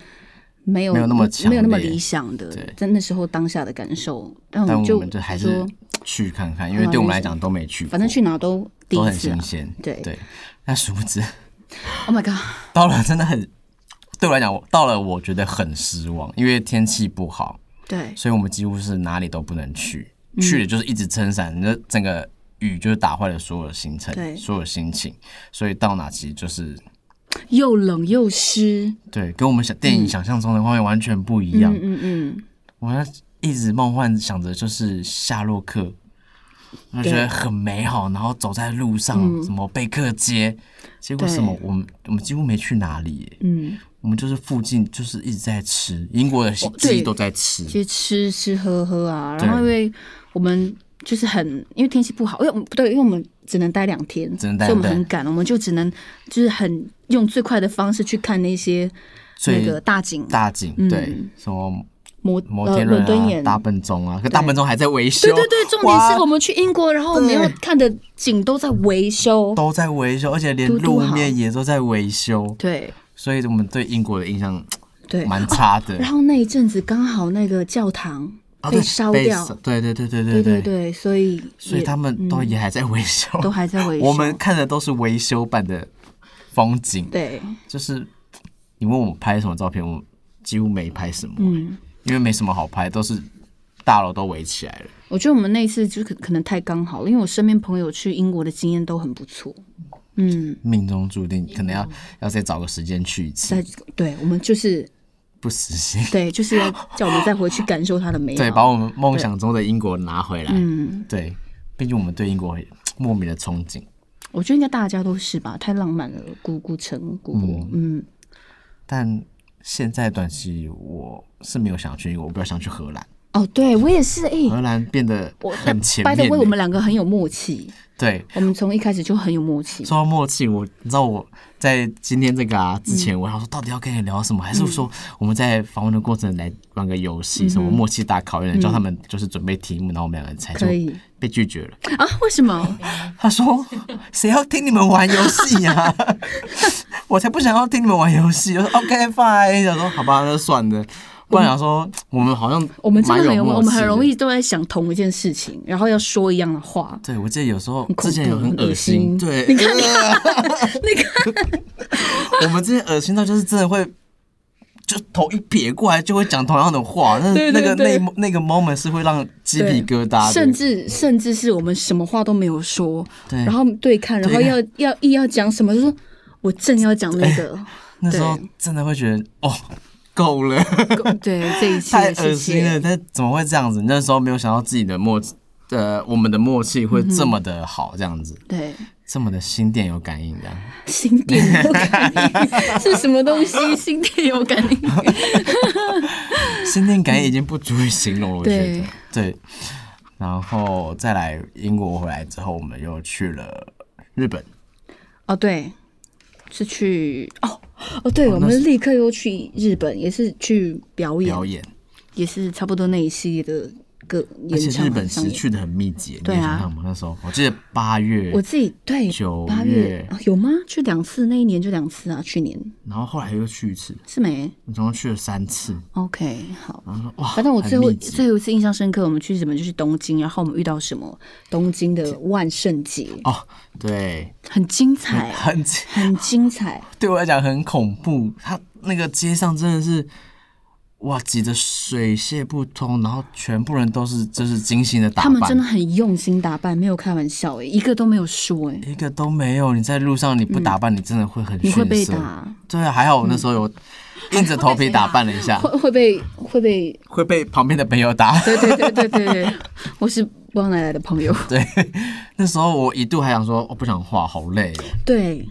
Speaker 1: 没有
Speaker 2: 没有那么强烈
Speaker 1: 没有那么理想的
Speaker 2: 对，
Speaker 1: 在那时候当下的感受。但我
Speaker 2: 但
Speaker 1: 们
Speaker 2: 我
Speaker 1: 就
Speaker 2: 们就还是
Speaker 1: 说，
Speaker 2: 去看看，因为对我们来讲都没去过，
Speaker 1: 反正去哪都第
Speaker 2: 都
Speaker 1: 一
Speaker 2: 很
Speaker 1: 次、
Speaker 2: 新
Speaker 1: 啊。
Speaker 2: 鲜。
Speaker 1: 对
Speaker 2: 对，但殊不知
Speaker 1: Oh my god！
Speaker 2: 到了真的很，对我来讲，我到了我觉得很失望，因为天气不好，
Speaker 1: 对，
Speaker 2: 所以我们几乎是哪里都不能去，
Speaker 1: 嗯
Speaker 2: 去了就是一直撑伞，那整个雨就是打坏了所有的行
Speaker 1: 对
Speaker 2: 程，所有心情，所以到哪其实就是
Speaker 1: 又冷又湿。
Speaker 2: 对，跟我们想电影想象中的画面完全不一样
Speaker 1: 嗯。嗯嗯，
Speaker 2: 我还一直梦幻想着就是夏洛克，我觉得很美好，然后走在路上，什么贝克街，结
Speaker 1: 嗯
Speaker 2: 果
Speaker 1: 对
Speaker 2: 什么我们我们几乎没去哪里耶，
Speaker 1: 嗯，哦
Speaker 2: 我们就是附近就是一直在吃，英国的
Speaker 1: 对
Speaker 2: 鸡都在吃，
Speaker 1: 其实吃吃喝喝啊，
Speaker 2: 对
Speaker 1: 然后因为我们就是很，因为天气不好，因为我们不对，因为我们只能待两天，
Speaker 2: 只能待
Speaker 1: 所以我们
Speaker 2: 对
Speaker 1: 很赶，我们就只能就是很用最快的方式去看那些
Speaker 2: 所
Speaker 1: 那
Speaker 2: 以
Speaker 1: 个大景
Speaker 2: 大景对
Speaker 1: 嗯
Speaker 2: 什么
Speaker 1: 摩
Speaker 2: 摩
Speaker 1: 呃
Speaker 2: 天
Speaker 1: 伦
Speaker 2: 轮
Speaker 1: 敦
Speaker 2: 啊、
Speaker 1: 眼。
Speaker 2: 大笨钟啊，可大笨钟还在维修，
Speaker 1: 对对对，重点是
Speaker 2: 哇
Speaker 1: 我们去英国，然后我们要看的景都在维修。
Speaker 2: 都在维修，而且连
Speaker 1: 都都
Speaker 2: 路
Speaker 1: 好
Speaker 2: 面也都在维修，
Speaker 1: 对
Speaker 2: 所以我们对英国的印象
Speaker 1: 对，
Speaker 2: 蛮差 的。
Speaker 1: 然后那一阵子刚好那个教堂
Speaker 2: 啊
Speaker 1: 被
Speaker 2: 对
Speaker 1: 烧
Speaker 2: 被
Speaker 1: 掉
Speaker 2: 烧，对对对对
Speaker 1: 对
Speaker 2: 对
Speaker 1: 对对，所以
Speaker 2: 所以
Speaker 1: 也嗯
Speaker 2: 他们都也还在维修，
Speaker 1: 都还在维修。
Speaker 2: 我们看的都是维修版的风景，
Speaker 1: 对，
Speaker 2: 就是你问我们拍什么照片，我几乎没拍什么，
Speaker 1: 嗯，
Speaker 2: 因为没什么好拍，都是大楼都围起来了，
Speaker 1: 我觉得我们那一次就可可能太刚好了，因为我身边朋友去英国的经验都很不错。嗯，
Speaker 2: 命中注定可能要要再找个时间去一次
Speaker 1: 在，对我们就是
Speaker 2: 不 死心，
Speaker 1: 对，就是要叫我们再回去感受它的美好。
Speaker 2: 对，把我们梦想中的英国拿回来，
Speaker 1: 嗯，
Speaker 2: 对，毕竟我们对英国莫名的憧憬，
Speaker 1: 我觉得应该大家都是吧，太浪漫了，古古城、古国，嗯，
Speaker 2: 但现在短期我是没有想去英国，我比较想去荷兰，
Speaker 1: 哦，对我也是，哎、
Speaker 2: 荷兰变得
Speaker 1: 我哎
Speaker 2: 很前
Speaker 1: 拜
Speaker 2: 面
Speaker 1: 的
Speaker 2: 呢，
Speaker 1: 为我们两个很有默契，
Speaker 2: 对。
Speaker 1: 我们从一开始就很有默契。
Speaker 2: 说到默契，我你知道我在今天这个啊之
Speaker 1: 嗯
Speaker 2: 前，我想说到底要跟你聊什么，还是说我们在访问的过程来玩个游戏，什么
Speaker 1: 嗯
Speaker 2: 默契大考验，叫他们就是准备题目，然后我们两个人猜，就
Speaker 1: 可以
Speaker 2: 被拒绝了。
Speaker 1: 啊？为什么？
Speaker 2: 他说：“谁要听你们玩游戏呀？ 我才不想要听你们玩游戏。”我说：“OK fine。”想说：“好吧，那就算了。”不然想说我们好像
Speaker 1: 我们真的
Speaker 2: 蛮
Speaker 1: 很
Speaker 2: 有
Speaker 1: 有，
Speaker 2: 默契的
Speaker 1: 我们很容易都在想同一件事情，然后要说一样的话。
Speaker 2: 对，我记得有时候
Speaker 1: 恐
Speaker 2: 之前有
Speaker 1: 怖
Speaker 2: 很
Speaker 1: 很恶
Speaker 2: 恶
Speaker 1: 心
Speaker 2: 心，对，
Speaker 1: 你 看
Speaker 2: 呃
Speaker 1: 那个
Speaker 2: 我们之前恶心到就是真的会，就头一撇过来就会讲同样的话，那
Speaker 1: 对对
Speaker 2: 那个
Speaker 1: 对
Speaker 2: 那那个 moment 是会让鸡皮疙瘩的，
Speaker 1: 甚至甚至是我们什么话都没有说，
Speaker 2: 对
Speaker 1: 然后对看，然后
Speaker 2: 对
Speaker 1: 要要硬要讲什么，就说我正要讲那个，
Speaker 2: 那时候
Speaker 1: 对
Speaker 2: 真的会觉得哦，够了，
Speaker 1: 对这一切
Speaker 2: 太
Speaker 1: 的
Speaker 2: 恶
Speaker 1: 事
Speaker 2: 心
Speaker 1: 情，
Speaker 2: 了，但怎么会这样子？那时候没有想到自己的默契，呃，我们的默契
Speaker 1: 嗯
Speaker 2: 会这么的好，这样子，
Speaker 1: 对
Speaker 2: 这么的心电有感应，这样。
Speaker 1: 心电有感应是什么东西？心电有感 应，
Speaker 2: 心电感应已经不足以形容了，我觉
Speaker 1: 对
Speaker 2: 得对。然后再来英国回来之后，我们又去了日本，
Speaker 1: 哦对，是去哦哦对，我们立刻又去日本，也是去表演，
Speaker 2: 表演。
Speaker 1: 也是差不多那一系列的歌
Speaker 2: 而
Speaker 1: 演
Speaker 2: 且
Speaker 1: 唱
Speaker 2: 日
Speaker 1: 会
Speaker 2: 本
Speaker 1: 上
Speaker 2: 其实
Speaker 1: 面。
Speaker 2: 去的很密集，
Speaker 1: 对啊
Speaker 2: 你有想想吗？那时候我记得八月
Speaker 1: 我，自己对
Speaker 2: 九
Speaker 1: 八
Speaker 2: 月
Speaker 1: 哦有吗？去两次，那一年就两次啊，去年
Speaker 2: 然后后来又去一次，
Speaker 1: 是没。
Speaker 2: 我总共去了三次。
Speaker 1: OK，好。
Speaker 2: 然后说哇，
Speaker 1: 反正我最后
Speaker 2: 很密集
Speaker 1: 最后一次印象深刻，我们去日本就是东京，然后我们遇到什么东京的万圣节，
Speaker 2: 哦，对，
Speaker 1: 很精彩，
Speaker 2: 很
Speaker 1: 很精彩。
Speaker 2: 对我来讲很恐怖，它那个街上真的是。哇，挤得水泄不通，然后全部人都是就是精心的打
Speaker 1: 他
Speaker 2: 扮，
Speaker 1: 们真的很用心打扮，没有开玩笑欸诶，一个都没有说欸 诶，
Speaker 2: 一个都没有。你在路上你不打扮，你真的会很
Speaker 1: 嗯你会被
Speaker 2: 逊色。
Speaker 1: 打，嗯
Speaker 2: 对啊，还好我那时候有硬着头皮打扮了一 下
Speaker 1: 会，会被会 被，
Speaker 2: 会被旁边的朋友打。
Speaker 1: 对对对对对对， 我是汪奶奶的朋友，
Speaker 2: 对，那时候我一度还想说，哦我不想画，好累哦。
Speaker 1: 对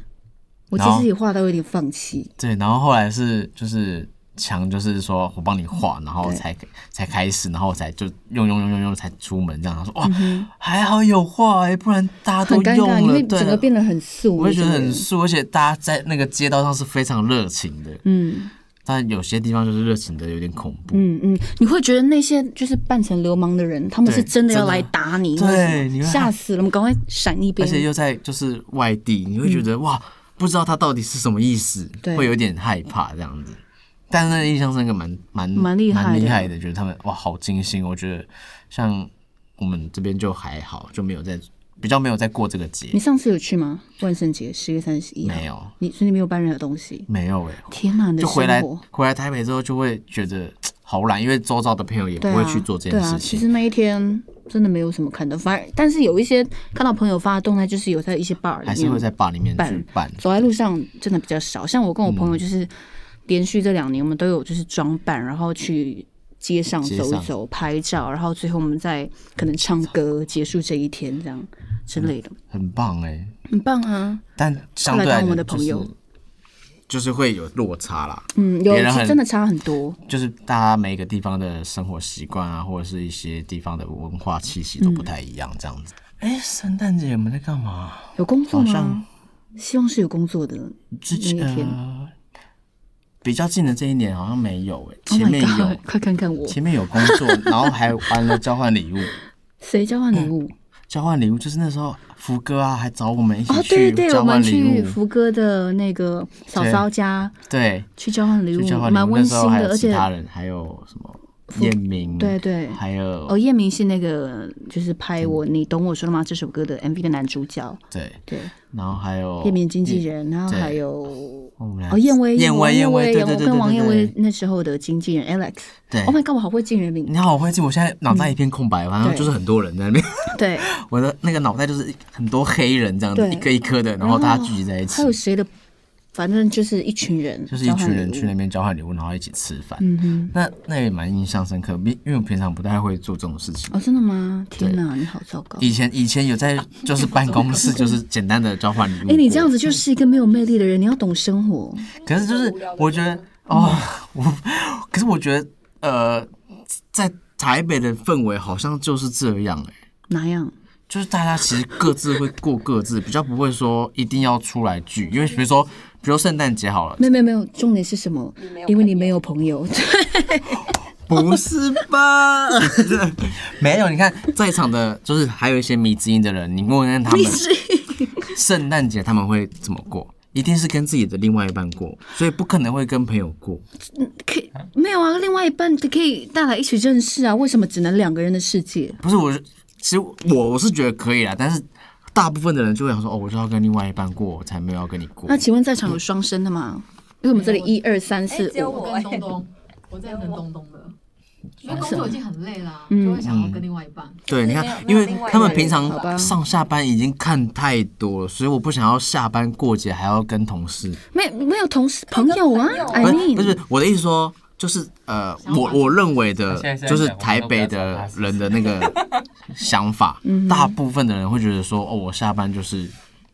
Speaker 1: 我其
Speaker 2: 然后
Speaker 1: 实也画到有点放弃，
Speaker 2: 对，然后后来是就是强，就是说我帮你画，然后才才开始，然后我才就用用用用用才出门这样。他说哇，还好有画哎、不然大
Speaker 1: 嗯
Speaker 2: 家
Speaker 1: 很
Speaker 2: 都
Speaker 1: 尴尬，
Speaker 2: 用
Speaker 1: 你
Speaker 2: 了
Speaker 1: 会，整个
Speaker 2: 对。
Speaker 1: 变得很素，
Speaker 2: 我会觉得
Speaker 1: 你整个
Speaker 2: 很
Speaker 1: 人
Speaker 2: 素，而且大家在那个街道上是非常热情的，
Speaker 1: 嗯，
Speaker 2: 但有些地方就是热情的有点恐怖。
Speaker 1: 嗯嗯，你会觉得那些就是扮成流氓的人，他们
Speaker 2: 对
Speaker 1: 是真的要
Speaker 2: 真的
Speaker 1: 来打你，
Speaker 2: 对
Speaker 1: 或者什么
Speaker 2: 你会
Speaker 1: 吓死了，我们赶快闪一
Speaker 2: 而
Speaker 1: 边。嗯
Speaker 2: 且又在就是外地，你会觉得、哇，不知道他到底是什么意思，
Speaker 1: 对
Speaker 2: 会有点害怕这样子。但是那个印象深刻，蛮蛮
Speaker 1: 蛮厉害的
Speaker 2: 蛮厉害的，觉得他们哇好精心。我觉得像我们这边就还好，就没有在比较没有在过这个节
Speaker 1: 你，上次有去吗？万圣节十月三十一号，啊
Speaker 2: 没有
Speaker 1: 你所以你没有搬任何东西。
Speaker 2: 没有哎、
Speaker 1: 天哪，你的
Speaker 2: 就回来
Speaker 1: 生活
Speaker 2: 回来台北之后就会觉得嘖好懒，因为周遭的朋友也不
Speaker 1: 对
Speaker 2: 会
Speaker 1: 啊，
Speaker 2: 去做这
Speaker 1: 对
Speaker 2: 件
Speaker 1: 啊。
Speaker 2: 事
Speaker 1: 其
Speaker 2: 情。
Speaker 1: 实那一天真的没有什么看的，反而但是有一些看到朋友发的动态，就是有在一些 bar 里面
Speaker 2: 还是会在坝里面去办，
Speaker 1: 走在路上真的比较少。像我跟我朋友
Speaker 2: 嗯
Speaker 1: 就是连续这两年，我们都有就是装扮，然后去街上
Speaker 2: 街
Speaker 1: 走一
Speaker 2: 上
Speaker 1: 走、拍照，然后最后我们再可能唱歌结束这一天这样之类的，
Speaker 2: 很棒哎、
Speaker 1: 很棒啊！
Speaker 2: 但相对
Speaker 1: 来当
Speaker 2: 讲
Speaker 1: 我们的
Speaker 2: 就
Speaker 1: 朋
Speaker 2: 是
Speaker 1: 友
Speaker 2: 就是会有落差啦。
Speaker 1: 嗯，有
Speaker 2: 别人
Speaker 1: 是
Speaker 2: 很
Speaker 1: 真的差很多，
Speaker 2: 就是大家每个地方的生活习惯啊，或者是一些地方的文化气息都不太一样，这样子。哎、圣诞节我们在干嘛？
Speaker 1: 有工作
Speaker 2: 好像
Speaker 1: 吗？希望是有工作的，
Speaker 2: 之
Speaker 1: 那一
Speaker 2: 前、
Speaker 1: 天
Speaker 2: 呃、比较近的这一年好像没有哎、
Speaker 1: Oh
Speaker 2: 前
Speaker 1: my
Speaker 2: 面有
Speaker 1: god！快看看我，
Speaker 2: 前面有工作，然后还玩了交 换礼物。
Speaker 1: 谁交换礼
Speaker 2: 嗯
Speaker 1: 物？
Speaker 2: 交换礼物就是那时候福哥啊，还找我们一起
Speaker 1: 哦，对
Speaker 2: 去
Speaker 1: 对，我
Speaker 2: 交换
Speaker 1: 们
Speaker 2: 礼
Speaker 1: 去
Speaker 2: 物，
Speaker 1: 福哥的那个嫂嫂家
Speaker 2: 对，
Speaker 1: 去交换礼
Speaker 2: 去
Speaker 1: 物
Speaker 2: 交，换礼
Speaker 1: 蛮
Speaker 2: 物。
Speaker 1: 温
Speaker 2: 那时
Speaker 1: 馨
Speaker 2: 候还
Speaker 1: 的，
Speaker 2: 有
Speaker 1: 而
Speaker 2: 其
Speaker 1: 且
Speaker 2: 他人，还有什么燕明，
Speaker 1: 对对
Speaker 2: 还有、
Speaker 1: 哦，叶明是那个就是拍我《你懂我说的吗》这首歌的 MV 的男主角，
Speaker 2: 对，
Speaker 1: 对，
Speaker 2: 然后还有
Speaker 1: 叶明经纪人，然后
Speaker 2: 对
Speaker 1: 还有。
Speaker 2: 我们俩
Speaker 1: 哦，燕威，
Speaker 2: 燕
Speaker 1: 威，
Speaker 2: 威
Speaker 1: 燕
Speaker 2: 燕威对对
Speaker 1: 我
Speaker 2: 对
Speaker 1: 跟
Speaker 2: 对
Speaker 1: 王
Speaker 2: 对
Speaker 1: 燕威
Speaker 2: 对
Speaker 1: 那时候的经纪人 Alex。
Speaker 2: 对嗯
Speaker 1: Oh my god，我好会记人名。
Speaker 2: 你好，我会记，我现在脑袋一片空白，反正
Speaker 1: 对
Speaker 2: 就是很多人在那边，
Speaker 1: 对，
Speaker 2: 我的那个脑袋就是很多黑人这样子，
Speaker 1: 对哦
Speaker 2: 一颗一颗的，然后大家聚集在一起
Speaker 1: 还，有谁的？反正就是一群人，
Speaker 2: 就是一群人
Speaker 1: 交换礼物
Speaker 2: 去那边交换礼物，然后一起吃饭。
Speaker 1: 嗯哼，
Speaker 2: 那那也蛮印象深刻，因因为我平常不太会做这种事情。
Speaker 1: 哦，真的吗？天哪，你好糟糕。
Speaker 2: 以前以前有在就是办公室就是简单的交换礼物，
Speaker 1: 哎，你这样，子就是一个没有魅力的人，你要懂生活。
Speaker 2: 可是就是我觉
Speaker 1: 嗯
Speaker 2: 得哦，我可是我觉得呃，在台北的氛围好像就是这样哎、
Speaker 1: 哪样？
Speaker 2: 就是大家其实各自会过各自，比较不会说一定要出来聚，因为比如说，比如说圣诞节好了，
Speaker 1: 没有没有没有，重点是什么？因为你没有朋友。
Speaker 2: 不是吧？ 没有，你看在场的，就是还有一些迷之音的人，你问问他们
Speaker 1: 你是
Speaker 2: 圣诞节他们会怎么过，一定是跟自己的另外一半过，所以不可能会跟朋友过。
Speaker 1: 可以没有啊，另外一半可以带来一起认识啊，为什么只能两个人的世界？
Speaker 2: 不是我，其实我我是觉得可以啦，但是大部分的人就会想说，哦，我就要跟另外一半过，我才没有要跟你过
Speaker 1: 那。请问在场有双生的吗？因为我们这里一二三四
Speaker 3: 哎只有
Speaker 1: 五，
Speaker 3: 我
Speaker 4: 跟 东东，我在跟东东的，因为工作已经很累了，啊
Speaker 1: 嗯
Speaker 4: 就会想要跟另外一半。
Speaker 2: 对，你
Speaker 3: 没有
Speaker 2: 看，
Speaker 3: 没
Speaker 2: 因
Speaker 3: 有
Speaker 2: 为
Speaker 3: 另外一
Speaker 2: 他们
Speaker 3: 半
Speaker 2: 平
Speaker 1: 好吧
Speaker 2: 常上下班已经看太多了，所以我不想要下班过节还要跟同事。
Speaker 1: 没没有同事朋友啊
Speaker 3: 朋友
Speaker 1: ？I
Speaker 2: 不是哎不是
Speaker 1: mean，，
Speaker 2: 我的意思说，就是呃，
Speaker 4: 想法
Speaker 2: 我我认为的
Speaker 5: 现在现在
Speaker 2: 就是
Speaker 5: 讲
Speaker 2: 台北
Speaker 5: 我
Speaker 2: 的
Speaker 5: 们都不要
Speaker 2: 人的那个 想法，
Speaker 3: 嗯
Speaker 2: 大部分的人会觉得说，哦，我下班就是。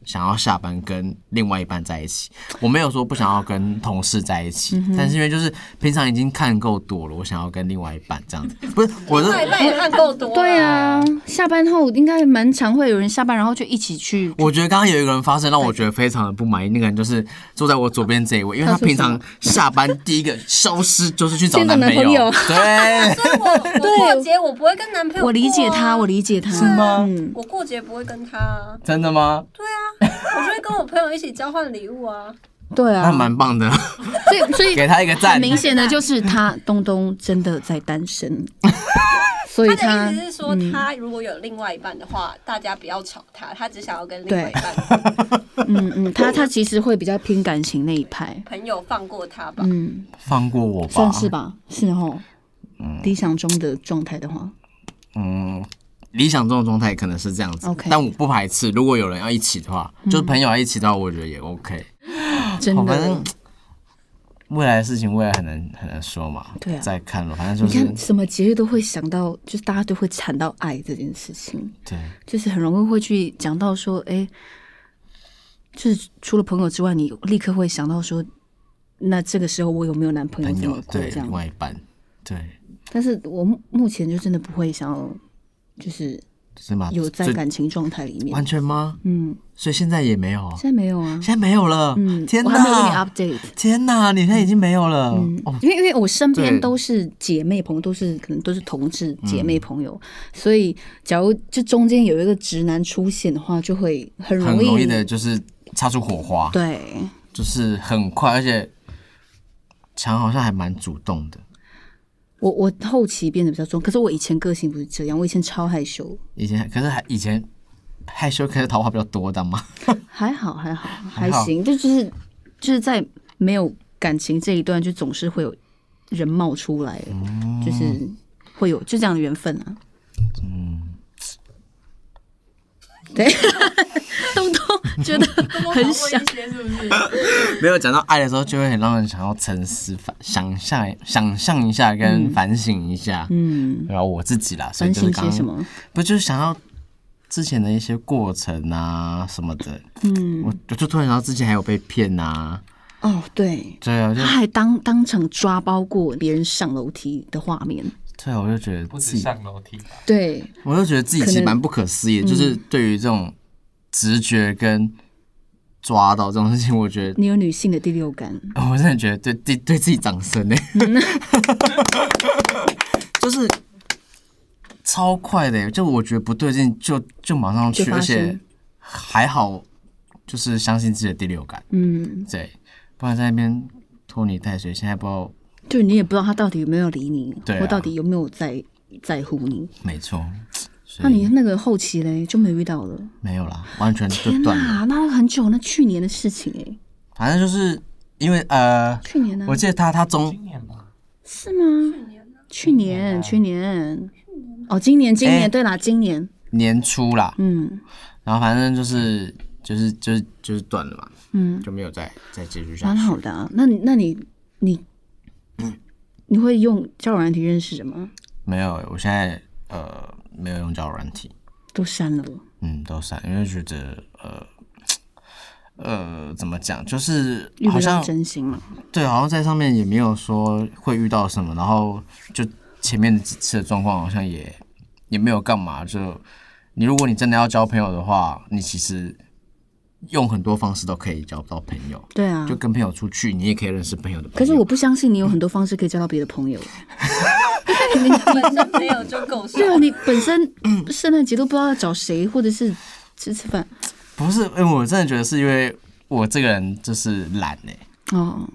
Speaker 2: 想要下班跟另外一半在一起，我没有说不想要跟同事在一
Speaker 3: 嗯
Speaker 2: 起，但是因为就是平常已经看够多了，我想要跟另外一半这样子，不是我是
Speaker 3: 外卖也看够多了，
Speaker 1: 对啊，下班后应该蛮常会有人下班，然后就一起去。
Speaker 2: 我觉得刚刚有一个人发生让我觉得非常的不满意，那个人就是坐在我左边这一位，因为他
Speaker 1: 他说
Speaker 2: 平
Speaker 1: 什么
Speaker 2: 常 下班第一个消失就是去找
Speaker 1: 先找
Speaker 2: 男
Speaker 1: 男朋
Speaker 2: 朋
Speaker 1: 友
Speaker 2: 友，对，
Speaker 3: 所以我 我过节我不会跟男朋友过啊，
Speaker 1: 我理解他，我理解他。
Speaker 2: 是吗
Speaker 1: 嗯，
Speaker 3: 我过节不会跟他啊，
Speaker 2: 真的吗？
Speaker 3: 我就会跟我朋友一起交换礼物啊。
Speaker 1: 对
Speaker 2: 那
Speaker 1: 啊，
Speaker 2: 蛮棒的，
Speaker 1: 所以所以
Speaker 2: 给他一个赞
Speaker 1: 很。明显的就是他东东真的在单身， 所以
Speaker 3: 他
Speaker 1: 他
Speaker 3: 的意思是说，
Speaker 1: 嗯
Speaker 3: 他如果有另外一半的话，大家不要吵他，他只想要跟另
Speaker 1: 对
Speaker 3: 外一半
Speaker 1: 嗯嗯，他他其实会比较偏感情那一派。
Speaker 3: 朋友放过他吧。
Speaker 1: 嗯，
Speaker 2: 放过我吧，
Speaker 1: 算是吧，是哦。理想中的状态的话，
Speaker 2: 嗯，理想中的状态可能是这样子
Speaker 1: OK 嗯
Speaker 2: 但我不排斥，如果有人要一起的话，就是朋友要一起的话，我觉得也 OK。
Speaker 1: 啊真
Speaker 2: 好，反
Speaker 1: 的
Speaker 2: 正，未来的事情未来很难很难说嘛，
Speaker 1: 对啊
Speaker 2: 再看了，反正
Speaker 1: 你
Speaker 2: 就是
Speaker 1: 看什么节日都会想到，就是大家都会谈到爱这件事情，
Speaker 2: 对，
Speaker 1: 就是很容易会去讲到说，哎，就是除了朋友之外，你立刻会想到说，那这个时候我有没有男朋友
Speaker 2: 朋
Speaker 1: 怎么
Speaker 2: 友
Speaker 1: 过
Speaker 2: 对
Speaker 1: 这样
Speaker 2: 另？外一半对。
Speaker 1: 但是我目目前就真的不会想要，就是
Speaker 2: 是吗？
Speaker 1: 有在
Speaker 2: 最
Speaker 1: 感情状态里
Speaker 2: 啊完
Speaker 1: 面，
Speaker 2: 全吗？
Speaker 1: 嗯，
Speaker 2: 所以现在也没有啊，
Speaker 1: 现在没有啊
Speaker 2: 现，在没有了。
Speaker 1: 嗯，
Speaker 2: 天
Speaker 1: 我还没有
Speaker 2: 哪！
Speaker 1: 给你 update。嗯
Speaker 2: 天哪！你现在已经没有了。哦，
Speaker 1: 因为因为我身边
Speaker 2: 对
Speaker 1: 都是姐妹朋友，都是可能都是同志姐妹朋友，
Speaker 2: 嗯
Speaker 1: 所以假如这中间有一个直男出现的话，就会很
Speaker 2: 很
Speaker 1: 容易
Speaker 2: 容易的就是擦出火花，
Speaker 1: 对
Speaker 2: 就是很快，而且强好像还蛮主动的。
Speaker 1: 我我后期变得比较重，可是我以前个性不是这样，我以前超害羞，
Speaker 2: 以前可是还以前害羞，可是桃花比较多，的嘛。
Speaker 1: 还好还好还
Speaker 2: 还好
Speaker 1: 行，就就是就是在没有感情这一段，就总是会有人冒出来，就是会有就这样的缘分啊。嗯，对， 东东觉得很想
Speaker 4: 一些是不是？
Speaker 2: 没有讲到爱的时候，就会很让人想要沉思、反想象、想象一下，跟反省一下。
Speaker 1: 嗯，
Speaker 2: 然后我自己啦，所以
Speaker 1: 反
Speaker 2: 就是
Speaker 1: 省
Speaker 2: 刚
Speaker 1: 些
Speaker 2: 刚
Speaker 1: 什么？
Speaker 2: 不就是想要之前的一些过程啊什么的。嗯，我我就突然想到之前还有被骗啊，
Speaker 1: 哦，对，
Speaker 2: 对啊，我就
Speaker 1: 他还当当场抓包过别人上楼梯的画面，
Speaker 2: 对啊，我就觉得
Speaker 5: 不
Speaker 2: 自
Speaker 5: 止
Speaker 2: 己，
Speaker 5: 上楼梯吧，
Speaker 1: 对，
Speaker 2: 我就觉得自己
Speaker 1: 可
Speaker 2: 其实
Speaker 1: 能嗯
Speaker 2: 蛮不可思议的，就是对于这种直觉跟抓到这种事情，我觉 得
Speaker 1: 你有女性的第六感，
Speaker 2: 我真的觉得对对对自己掌声呢，欸
Speaker 1: 嗯
Speaker 2: 就是超快的耶，欸就我觉得不对劲，就就马上去，
Speaker 1: 就发
Speaker 2: 而
Speaker 1: 生
Speaker 2: 且还好，就是相信自己的第六感，
Speaker 1: 嗯，
Speaker 2: 对，不然在那边拖泥带水，现在不知道，
Speaker 1: 就你也不知道他到底有没有理你，
Speaker 2: 对啊
Speaker 1: 或到底有没有在在乎你。
Speaker 2: 没错，所
Speaker 1: 那你
Speaker 2: 以
Speaker 1: 那个后期嘞就没遇到了，
Speaker 2: 没有啦，完全就
Speaker 1: 天
Speaker 2: 断了，
Speaker 1: 哪，那很久，那去年的事情哎、
Speaker 2: 反正就是因为呃，
Speaker 1: 去年呢、
Speaker 2: 我记得他他中
Speaker 5: 今年吧，
Speaker 1: 是吗？去年，啊去年，哦，今年，今年，
Speaker 2: 哎
Speaker 1: 对啦，今年，
Speaker 2: 年初啦，
Speaker 1: 嗯
Speaker 2: 然后反正就是就是就是就是断了嘛，
Speaker 1: 嗯，
Speaker 2: 就没有再再继续下
Speaker 1: 蛮
Speaker 2: 去。
Speaker 1: 好的、啊。那你，那你，你，嗯你会用交友软体认识人吗？
Speaker 2: 没有，我现在呃没有用交友软体，
Speaker 1: 都删了吧，
Speaker 2: 嗯，都删，因为觉得呃呃怎么讲，就是
Speaker 1: 遇
Speaker 2: 好
Speaker 1: 不
Speaker 2: 像
Speaker 1: 到真心嘛。
Speaker 2: 对，好像在上面也没有说会遇到什么，然后就前面几次的状况好像也也没有干嘛，就你如果你真的要交朋友的话，你其实用很多方式都可以交到朋友。
Speaker 1: 对啊
Speaker 2: 就，跟朋友出去，你也可以认识朋友的朋友。
Speaker 1: 可是我不相信你有很多方式可以交到别的朋 友。你你
Speaker 3: 本身没有就够少
Speaker 1: 对。啊，你本身圣诞节都不知道要找谁，或者是吃吃饭
Speaker 2: 不是，因为我真的觉得是因为我这个人就是懒哎、
Speaker 1: 哦，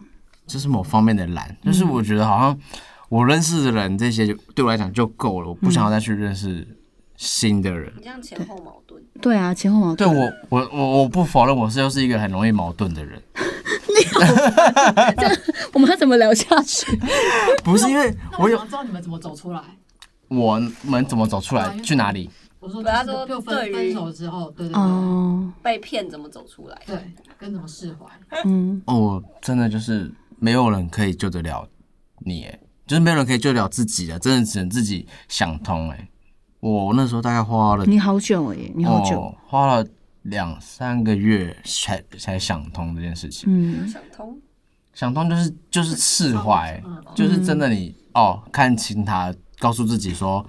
Speaker 2: 就是某方面的懒，
Speaker 1: 嗯
Speaker 2: 就是我觉得好像我认识的人这些就对我来讲就够了，我不
Speaker 1: 嗯
Speaker 2: 想要再去认识新的人。
Speaker 3: 你这样前后矛盾，
Speaker 1: 对啊，前后矛
Speaker 2: 对
Speaker 1: 盾。
Speaker 2: 我，我我我不否认，我是又是一个很容易矛盾的人，
Speaker 1: 我们要怎么聊下去？
Speaker 2: 不是因为
Speaker 4: 那
Speaker 2: 我
Speaker 4: 我
Speaker 2: 有
Speaker 4: 想知道你们怎么走出来。
Speaker 2: 我们怎么走出来，去哪里？
Speaker 4: 我说，
Speaker 3: 不要说
Speaker 4: 就分
Speaker 3: 对于
Speaker 4: 分手之后，对对对
Speaker 1: 哦，
Speaker 3: 被骗怎么走出来？
Speaker 4: 对，跟怎么释怀？
Speaker 1: 嗯，
Speaker 2: 哦，我真的就是没有人可以救得了你，哎，就是没有人可以救得了自己的，真的只能自己想通，哎，我那时候大概花了
Speaker 1: 你好久哎、你好久，
Speaker 2: 哦、花了两三个月才才想通这件事情。
Speaker 3: 没有
Speaker 1: 嗯，
Speaker 3: 想通，
Speaker 2: 想通就是就是释怀，
Speaker 4: 嗯嗯
Speaker 2: 就是真的你哦看清他，告诉自己说，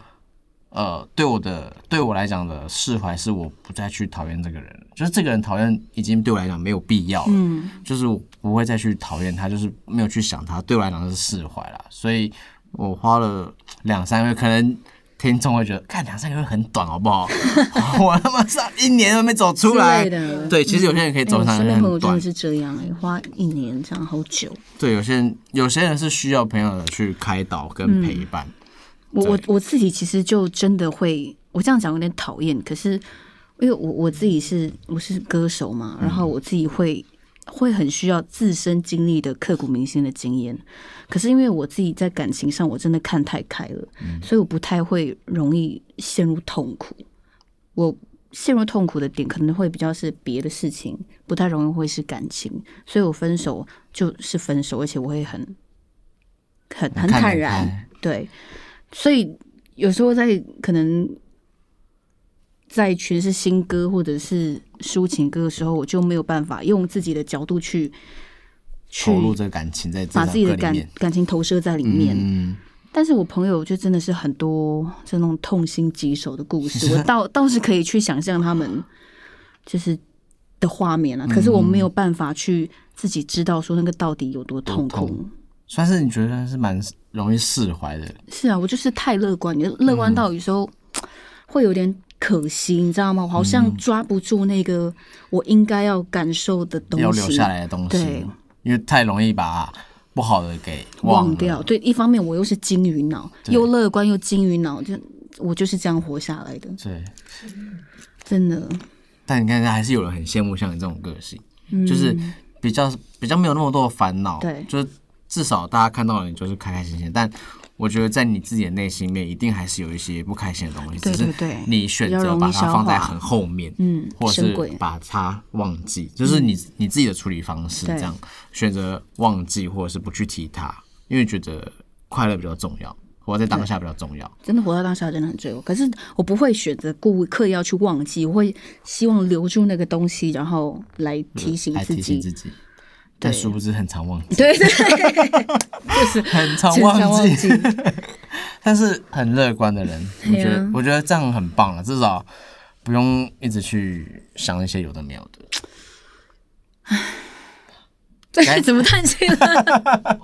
Speaker 2: 呃，对我的对我来讲的释怀是我不再去讨厌这个人了，就是这个人讨厌已经对我来讲没有必要了，
Speaker 1: 嗯
Speaker 2: 就是我不会再去讨厌他，就是没有去想他，对我来讲是释怀啦。所以我花了两三个月，可能听众会觉得，看两三个月很短，好不好？ 我他妈上一年都没走出来
Speaker 1: 之类。的。
Speaker 2: 对，其实有些人可以
Speaker 1: 哎
Speaker 2: 走
Speaker 1: 我
Speaker 2: 上
Speaker 1: 身
Speaker 2: 来
Speaker 1: 边朋友
Speaker 2: 很
Speaker 1: 真
Speaker 2: 短
Speaker 1: 的，是这样哎、花一年这样好久。
Speaker 2: 对，有些人有些人是需要朋友的去开导
Speaker 1: 嗯
Speaker 2: 跟陪伴，
Speaker 1: 我我
Speaker 2: 对
Speaker 1: 我自己其实就真的会，我这样讲有点讨厌，可是因为我我自己是我是歌手嘛，
Speaker 2: 嗯
Speaker 1: 然后我自己会会很需要自身经历的刻骨铭心的经验，可是因为我自己在感情上我真的看太开了，
Speaker 2: 嗯
Speaker 1: 所以我不太会容易陷入痛苦。我陷入痛苦的点可能会比较是别的事情，不太容易会是感情，所以我分手就是分手，而且我会很很很
Speaker 2: 看得哎
Speaker 1: 坦然
Speaker 2: 开，
Speaker 1: 对，所以有时候在可能在诠释新歌或者是抒情歌的时候，我就没有办法用自己的角度去去
Speaker 2: 投入这个感情在这
Speaker 1: 把
Speaker 2: 首
Speaker 1: 自己的
Speaker 2: 歌里
Speaker 1: 感
Speaker 2: 面。
Speaker 1: 感情投射在里面。
Speaker 2: 嗯，
Speaker 1: 但是我朋友就真的是很多这种痛心疾首的故 事，我倒倒是可以去想象他们就是的画面啊，可是我没有办法去自己知道说那个到底有多痛苦。
Speaker 2: 多痛算是你觉得是蛮容易释怀的，
Speaker 1: 是啊，我就是太乐观，你乐
Speaker 2: 嗯
Speaker 1: 观到有时候会有点可惜，你知道吗？我好
Speaker 2: 嗯
Speaker 1: 像抓不住那个我应该要感受的东西，
Speaker 2: 要留下来的东
Speaker 1: 对
Speaker 2: 西，因为太容易把不好的给忘
Speaker 1: 忘
Speaker 2: 了
Speaker 1: 掉。对，一方面我又是金鱼脑，
Speaker 2: 对
Speaker 1: 又乐观又金鱼脑，就我就是这样活下来的，
Speaker 2: 对，
Speaker 1: 真的。
Speaker 2: 但你看，还是有人很羡慕像你这种个性，就是比较比较没有那么多的烦恼，
Speaker 1: 嗯对
Speaker 2: 就是至少大家看到你就是开开心心。但我觉得在你自己的内心里面，一定还是有一些不开心的东西，
Speaker 1: 对
Speaker 2: 只
Speaker 1: 对
Speaker 2: 是
Speaker 1: 对
Speaker 2: 你选
Speaker 1: 比较
Speaker 2: 择
Speaker 1: 容易
Speaker 2: 把
Speaker 1: 消
Speaker 2: 它
Speaker 1: 化
Speaker 2: 放在很后面，
Speaker 1: 嗯
Speaker 2: 或者
Speaker 1: 神鬼
Speaker 2: 是把它忘记，就是你你自己的处理方式，
Speaker 1: 嗯对
Speaker 2: 这样选择忘记或者是不去提它，因为觉得快乐比较重要，活在当下比较重要。
Speaker 1: 真的活到当下真的很罪恶，可是我不会选择故意刻意要去忘记，我会希望留住那个东西，然后来提醒
Speaker 2: 嗯来
Speaker 1: 自
Speaker 2: 提醒自
Speaker 1: 己。
Speaker 2: 己。但殊不知很常 忘记，
Speaker 1: 对对，
Speaker 2: 很常
Speaker 1: 经常忘
Speaker 2: 忘
Speaker 1: 记啊
Speaker 2: 记。， 但是很乐观的 人，我觉得我觉得这样很棒了，至少不用一直去想一些有的没有的。
Speaker 1: 对，怎么叹气了？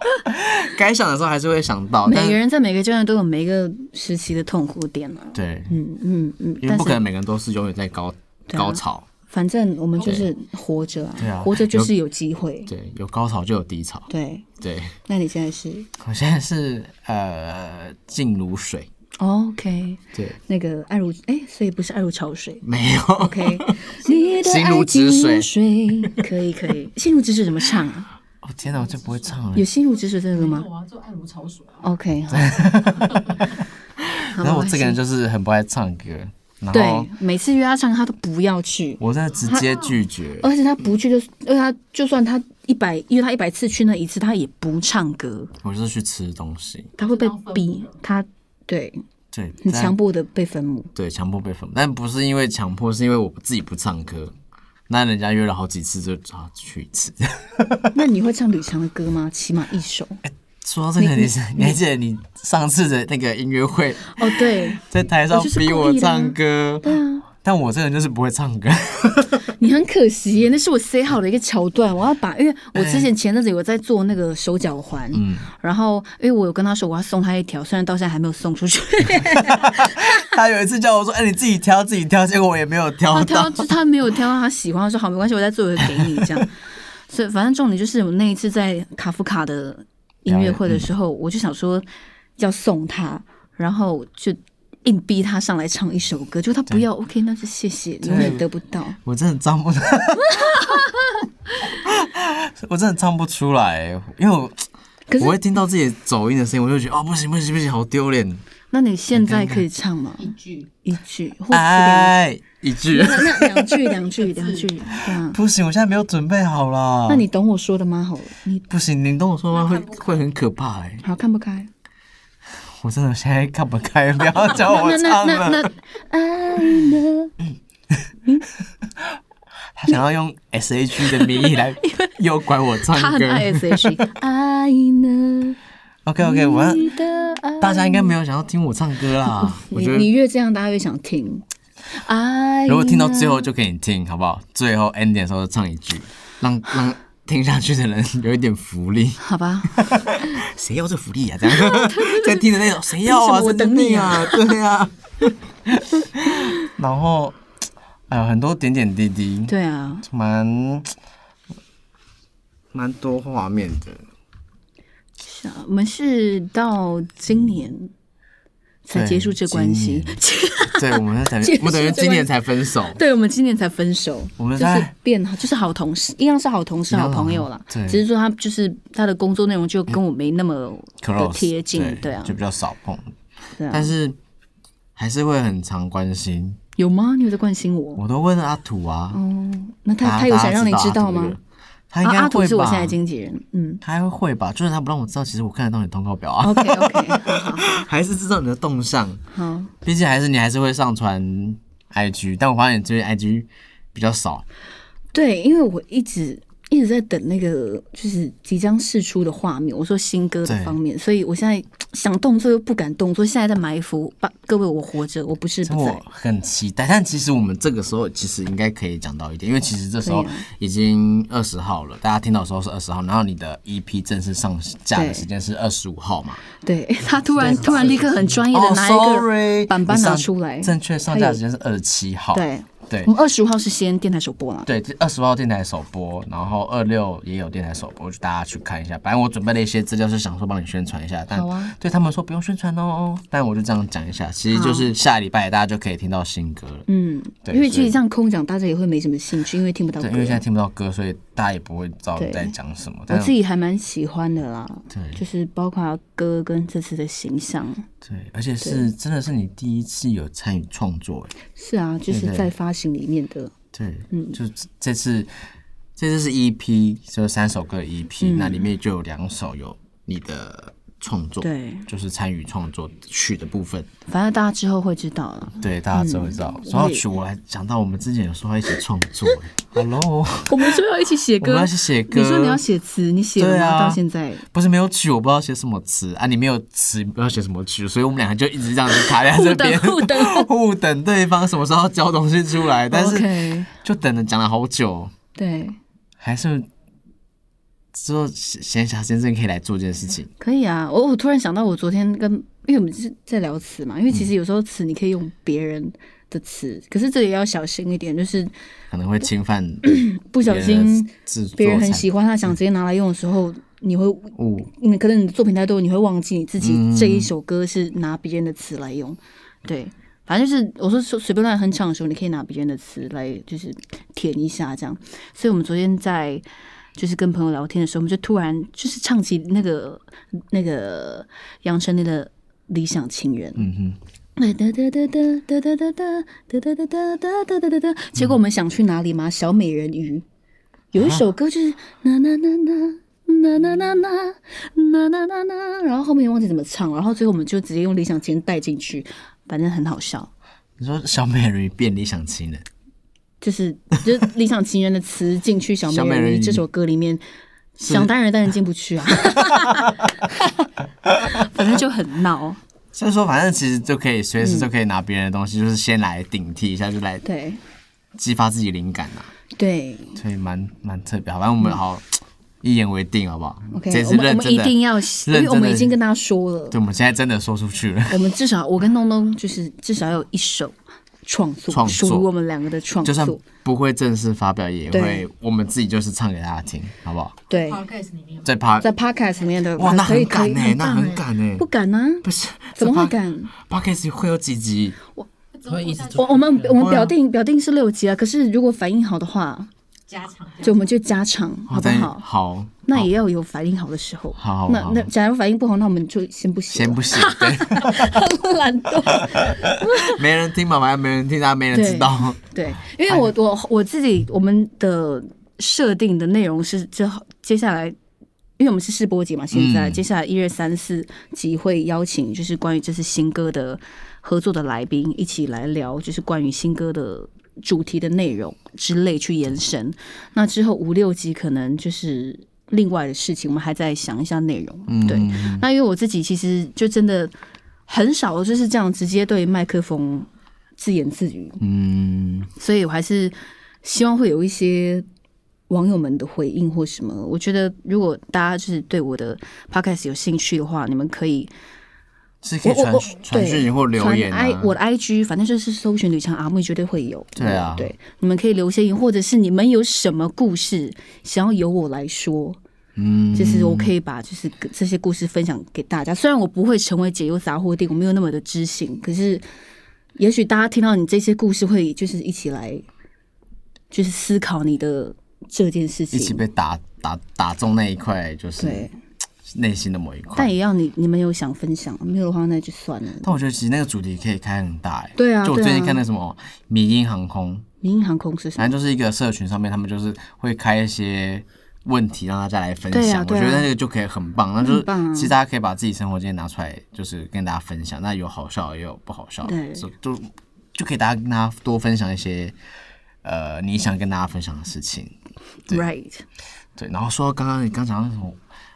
Speaker 2: 该想的时候还是会想到，但
Speaker 1: 每个人在每个阶段都有每个时期的痛苦点啊。
Speaker 2: 对，
Speaker 1: 嗯嗯嗯，
Speaker 2: 因为
Speaker 1: 但
Speaker 2: 不可
Speaker 1: 是
Speaker 2: 能每个人都是永远在高
Speaker 1: 啊
Speaker 2: 高潮，
Speaker 1: 反正我们就是活着
Speaker 2: 对
Speaker 1: 啊，
Speaker 2: 啊
Speaker 1: 活着就是有机会。
Speaker 2: 对，有高潮就有低潮，
Speaker 1: 对，
Speaker 2: 对。
Speaker 1: 那你现在是
Speaker 2: 我现在是呃静如水，
Speaker 1: OK，
Speaker 2: 对，
Speaker 1: 那个爱如哎，所以不是爱如潮 水。
Speaker 2: 没有
Speaker 1: OK，你的
Speaker 2: 心
Speaker 1: 爱
Speaker 2: 如止水
Speaker 1: 如水，可以可以。心如止水怎么唱啊？
Speaker 2: 哦天哪，我就不会唱了
Speaker 1: 有。心如止水这个吗哦
Speaker 4: 我要做爱如潮水啊！
Speaker 1: ？OK，好。 好
Speaker 2: 然后我这个人
Speaker 1: 没关系
Speaker 2: 就是很不爱唱歌，然后
Speaker 1: 对，每次约他唱，他都不要去，
Speaker 2: 我真的直接拒绝。
Speaker 1: 而且他不去就，因为他就算他一百，因为他一百次去那一次，他也不唱歌，
Speaker 2: 我就是去吃东西，
Speaker 1: 他会被
Speaker 4: 当分
Speaker 1: 逼
Speaker 4: 母了，
Speaker 1: 他对
Speaker 2: 对，
Speaker 1: 很
Speaker 2: 但
Speaker 1: 强迫的被分母。
Speaker 2: 对，强迫被分，但不是因为强迫，是因为我自己不唱歌。那人家约了好几次就，啊去一次。
Speaker 1: 那你会唱吕强的歌吗？起码一首。
Speaker 2: 说到这个，你是你还记得你上次的那个音乐会，
Speaker 1: 哦，对，
Speaker 2: 在台上
Speaker 1: 我就是
Speaker 2: 逼
Speaker 1: 故
Speaker 2: 我
Speaker 1: 意的啊
Speaker 2: 唱歌，
Speaker 1: 对啊，
Speaker 2: 但我这个人就是不会唱歌。
Speaker 1: 你很可惜耶，那是我塞好的一个桥段，我要把，因为我之前前阵子有在做那个手脚环，然后因为我有跟他说我要送他一条，虽然到现在还没有送出去，
Speaker 2: 他有一次叫我说：“哎、你自己挑，自己挑。”结果我也没有挑
Speaker 1: 他
Speaker 2: 到
Speaker 1: 哦挑。他没有挑到他喜欢，我说好没关系，我再做一个给你这样。所以反正重点就是我那一次在卡夫卡的音乐会的时候，我就想说要送他，然后就硬逼他上来唱一首歌，就他不要，OK，那就谢谢，永远得不到。
Speaker 2: 我真的唱不， 我真的唱不出来，因为我
Speaker 1: 可是
Speaker 2: 我会听到自己走音的声音，我就觉得哦，不行不行不行，好丢脸。
Speaker 1: 那你现在可以唱吗？
Speaker 4: 一句
Speaker 1: 一句或是
Speaker 2: 哎，一 句
Speaker 1: 两那两句两句两 句，对啊。
Speaker 2: 不行，我现在没有准备好啦。
Speaker 1: 那你懂我说的吗？好了，你
Speaker 2: 不行，你跟我说话会会很可怕哎、
Speaker 1: 好看不开？
Speaker 2: 我真的现在看不开，不要叫我
Speaker 1: 那那
Speaker 2: 唱
Speaker 1: 那
Speaker 2: 了。
Speaker 1: 那爱呢？
Speaker 2: 他想要用 S H E 的名义 来诱拐我唱
Speaker 1: 他很
Speaker 2: 歌。
Speaker 1: 爱 S H，爱呢？
Speaker 2: OK OK，我要
Speaker 1: 你的爱
Speaker 2: 大家应该没有想要听我唱歌啦，我
Speaker 1: 你
Speaker 2: 觉
Speaker 1: 你
Speaker 2: 得。
Speaker 1: 越这样，大家越想听。哎爱呢，
Speaker 2: 如果听到最后就给你听，好不好？最后 ending 的时候唱一句， 让让听下去的人有一点福利。
Speaker 1: 好 吧，
Speaker 2: 谁要这福利啊？这样 在听的那种，谁要啊？
Speaker 1: 凭什么我等你 啊
Speaker 2: 神经病啊？对啊。 然后，哎呦，很多点点滴滴，
Speaker 1: 对啊，
Speaker 2: 蛮蛮多画面的。
Speaker 1: 是啊，我们是到今年才
Speaker 2: 对
Speaker 1: 结束这关系，
Speaker 2: 对，我 们等于
Speaker 1: 结束
Speaker 2: 我们等于今年才分 手，
Speaker 1: 对，我们今年才分手，
Speaker 2: 我们
Speaker 1: 就
Speaker 2: 在
Speaker 1: 是变好，就是好同事，一样是好同事、
Speaker 2: 一样
Speaker 1: 好
Speaker 2: 啊
Speaker 1: 朋友啦。
Speaker 2: 对嗯
Speaker 1: 只是说他就是他的工作内容就跟我没那么的
Speaker 2: Close，
Speaker 1: 贴近，对啊
Speaker 2: 就，比较少碰，
Speaker 1: 对啊
Speaker 2: 但是还是会很常关心。
Speaker 1: 有吗？你有在关心我？
Speaker 2: 我都问阿土啊，
Speaker 1: 哦，那他
Speaker 2: 大家
Speaker 1: 他有想让你知道？
Speaker 2: 大
Speaker 1: 吗
Speaker 2: 家？
Speaker 1: 啊
Speaker 2: 阿土这个他应该
Speaker 1: 阿土
Speaker 2: 会
Speaker 1: 是我现在
Speaker 2: 吧？
Speaker 1: 经纪人，嗯
Speaker 2: 他会吧？就是他不让我知道，其实我看得到你通告表啊，
Speaker 1: ，OK OK，好好
Speaker 2: 还是知道你的动向。
Speaker 1: 好，
Speaker 2: 毕竟还是你还是会上传 IG，但我发现你最近 IG 比较少，
Speaker 1: 对，因为我一直一直在等那个就是即将释出的画面。我说新歌的
Speaker 2: 对
Speaker 1: 方面，所以我现在想动作又不敢动作，现在在埋伏。把各位，我活着，我不是不在
Speaker 2: 我。很期待，但其实我们这个时候其实应该可以讲到一点，因为其实这时候
Speaker 1: 可以啊
Speaker 2: 已经二十号了，大家听到的时候是二十号，然后你的 EP 正式上架
Speaker 1: 对
Speaker 2: 的时间是二十五号嘛？
Speaker 1: 对 他突然突然立刻很专业的
Speaker 2: 哦
Speaker 1: 拿一个
Speaker 2: ，sorry，
Speaker 1: 板板
Speaker 2: 你
Speaker 1: 拿
Speaker 2: 上
Speaker 1: 出来，
Speaker 2: 正确上架的时间是二十七号。
Speaker 1: 对。
Speaker 2: 对
Speaker 1: 我们二十五号是先电台首播啦，
Speaker 2: 对，这二十号电台首播，然后二六也有电台首播，就大家去看一下。反正我准备了一些资料，是想说帮你宣传一下，但
Speaker 1: 好啊
Speaker 2: 对他们说不用宣传哦，但我就这样讲一下，其实就是下礼拜大家就可以听到新歌了。
Speaker 1: 嗯，
Speaker 2: 对
Speaker 1: 因为其
Speaker 2: 所
Speaker 1: 实
Speaker 2: 以
Speaker 1: 这样空讲，大家也会没什么兴趣，因为听不到歌
Speaker 2: 对，。因为现在听不到歌，所以大家也不会知道你在讲什么。
Speaker 1: 我
Speaker 2: 但
Speaker 1: 自己还蛮喜欢的啦，
Speaker 2: 对
Speaker 1: 就是包括歌跟这次的形象。
Speaker 2: 对，而且是真的是你第一次有参与创作，哎
Speaker 1: 是啊，就是
Speaker 2: 对对
Speaker 1: 在发行里面的，
Speaker 2: 对，
Speaker 1: 嗯
Speaker 2: 就这次这次是 EP，就是三首歌的
Speaker 1: 嗯
Speaker 2: EP，、那里面就有两首有你的创作，
Speaker 1: 对
Speaker 2: 就是参与创作曲的部分。
Speaker 1: 反正大家之后会知道了。
Speaker 2: 对，大家都
Speaker 1: 嗯
Speaker 2: 会知道。说到曲，我还讲到我们之前有说要一起创 作。哎 Hello，
Speaker 1: 我们说要一起写
Speaker 2: 我们要一起写歌。
Speaker 1: 你说你要写词，你写了
Speaker 2: 对
Speaker 1: 吗？
Speaker 2: 啊
Speaker 1: 到现在，
Speaker 2: 不是没有曲，我不知道写什么词啊。你没有词，不知道写什么曲，所以我们两个就一直这样子卡在这边，
Speaker 1: 互等互
Speaker 2: 互等对方什么时候交东西出来。但是
Speaker 1: OK，
Speaker 2: 就等了讲了好久，
Speaker 1: 对，
Speaker 2: 还是之后闲暇先生可以来做这件事情。
Speaker 1: 可以啊。我我突然想到，我昨天跟因为我们是在聊词嘛，因为其实有时候词你可以用别人的词，可是这也要小心一点，就是
Speaker 2: 可能会侵犯
Speaker 1: 不小心
Speaker 2: 制作
Speaker 1: 别人很
Speaker 2: 产
Speaker 1: 喜欢，他想直接拿来用的时候，你会
Speaker 2: 物，
Speaker 1: 你可能你的作品太多，你会忘记你自己
Speaker 2: 嗯
Speaker 1: 这一首歌是拿别人的词来用。对，反正就是我说说随便乱哼唱的时候，你可以拿别人的词来就是填一下这样。所以我们昨天在就是跟朋友聊天的时候，我们就突然就是唱起那个那个杨丞琳的《理想情人》。
Speaker 2: 嗯哼。
Speaker 1: 哒哒哒哒哒哒哒哒哒哒哒哒哒哒哒哒哒。结果我们想去哪里吗？小美人鱼。有
Speaker 2: 啊
Speaker 1: 一首歌就是那那那那那那那那那那那那，然后后面忘记怎么唱，然后最后我们就直接用理想情人带进去，反正很好笑。
Speaker 2: 你说小美人鱼变理想情人，
Speaker 1: 就是就是理想情人的词进去小
Speaker 2: 小
Speaker 1: 美
Speaker 2: 美
Speaker 1: 人
Speaker 2: 人
Speaker 1: 鱼
Speaker 2: 鱼嗯
Speaker 1: 这首歌里面，想当然当然进不 去啊，反正就很 闹。
Speaker 2: 所以说反正其实就可以随时就可以拿别人的东
Speaker 1: 嗯
Speaker 2: 西，就是先来顶替一下，就来
Speaker 1: 对
Speaker 2: 激发自己灵感呐、
Speaker 1: 对
Speaker 2: 所以蛮蛮特别。好，反正我们好、一言为定，好不好
Speaker 1: ，OK，
Speaker 2: 这
Speaker 1: 我
Speaker 2: 次
Speaker 1: 们我
Speaker 2: 认
Speaker 1: 们
Speaker 2: 真
Speaker 1: 一
Speaker 2: 的，
Speaker 1: 定要，因为我们已经跟他说了。
Speaker 2: 对，我们现在真的说出去了，
Speaker 1: 我们至少，我跟东东就是至少有一首创作，
Speaker 2: 创
Speaker 1: 属
Speaker 2: 作
Speaker 1: 于我们两个的创
Speaker 2: 就算
Speaker 1: 作。
Speaker 2: 不会正式发表，也
Speaker 1: 对
Speaker 2: 会我们自己就是唱给大家听，好不好？
Speaker 1: 对，
Speaker 4: podcast 里面
Speaker 2: 在趴，
Speaker 1: 在 podcast 里面的
Speaker 2: 哇，那
Speaker 1: 可以
Speaker 2: 很
Speaker 1: 可以
Speaker 2: 敢，哎，那
Speaker 1: 棒
Speaker 2: 很
Speaker 1: 欸
Speaker 2: 敢哎
Speaker 1: 不，敢啊？
Speaker 2: 不是
Speaker 1: 怎么会敢？
Speaker 2: p o d c a s 会有几集？
Speaker 4: 会一直做
Speaker 1: 我我们我们表定表定是六集啊，可是如果反应好的话，
Speaker 4: 加长，
Speaker 1: 就我们就加长，好
Speaker 2: 我
Speaker 1: 不
Speaker 2: 在
Speaker 1: 好？
Speaker 2: 好，
Speaker 1: 那也要有反应好的时候。
Speaker 2: 好好
Speaker 1: 那
Speaker 2: 好
Speaker 1: 那假如反应不好，那我们就先不写了。
Speaker 2: 先不行，对，
Speaker 1: 懒惰。
Speaker 2: 没人听嘛，反正没人听，大家没人知道。
Speaker 1: 对，因为我我我自己我们的设定的内容是之后接下来，因为我们是试播集嘛，现在、
Speaker 2: 嗯
Speaker 1: 接下来一月三四集会邀请就是关于这次新歌的合作的来宾一起来聊，就是关于新歌的。主题的内容之类去延伸，那之后五六集可能就是另外的事情，我们还在想一下内容。
Speaker 2: 嗯
Speaker 1: 对，那因为我自己其实就真的很少就是这样直接对麦克风自言自语，
Speaker 2: 嗯，
Speaker 1: 所以我还是希望会有一些网友们的回应或什么。我觉得如果大家就是对我的 podcast 有兴趣的话，你们可以
Speaker 2: 是可
Speaker 1: 我
Speaker 2: 以
Speaker 1: 我
Speaker 2: 传
Speaker 1: 我
Speaker 2: 传
Speaker 1: 对
Speaker 2: 讯或留
Speaker 1: 传
Speaker 2: 言
Speaker 1: I
Speaker 2: 啊。
Speaker 1: 我的 IG，反正就是搜寻吕强阿木，绝对会有。
Speaker 2: 对啊
Speaker 1: 对，你们可以留些言，或者是你们有什么故事想要由我来说。
Speaker 2: 嗯，
Speaker 1: 就是我可以把就是这些故事分享给大家。虽然我不会成为解忧杂货店，我没有那么的知性，可是也许大家听到你这些故事，会就是一起来，就是思考你的这件事
Speaker 2: 一起
Speaker 1: 情。
Speaker 2: 被打打打中那一块，就是
Speaker 1: 对，
Speaker 2: 内心的某一块
Speaker 1: 但。也要你你们有想分享，没有的话那就算了。
Speaker 2: 但我觉得其实那个主题可以开很大哎、
Speaker 1: 对啊
Speaker 2: 就我
Speaker 1: 对啊
Speaker 2: 最近看那什么米英航空，
Speaker 1: 民营航空是什
Speaker 2: 反
Speaker 1: 么？
Speaker 2: 正就是一个社群上面，他们就是会开一些问题让大家来分
Speaker 1: 对
Speaker 2: 享。
Speaker 1: 啊
Speaker 2: 我
Speaker 1: 对啊
Speaker 2: 觉得那个就可以很棒，那就
Speaker 1: 很棒啊
Speaker 2: 是其实大家可以把自己生活经验拿出来，就是跟大家分享。那有好笑也有不好笑，
Speaker 1: 对
Speaker 2: 就就就可以大家跟大家多分享一些。呃，你想跟大家分享的事情，对
Speaker 1: Right，
Speaker 2: 对，然后说到刚刚你刚讲到那种，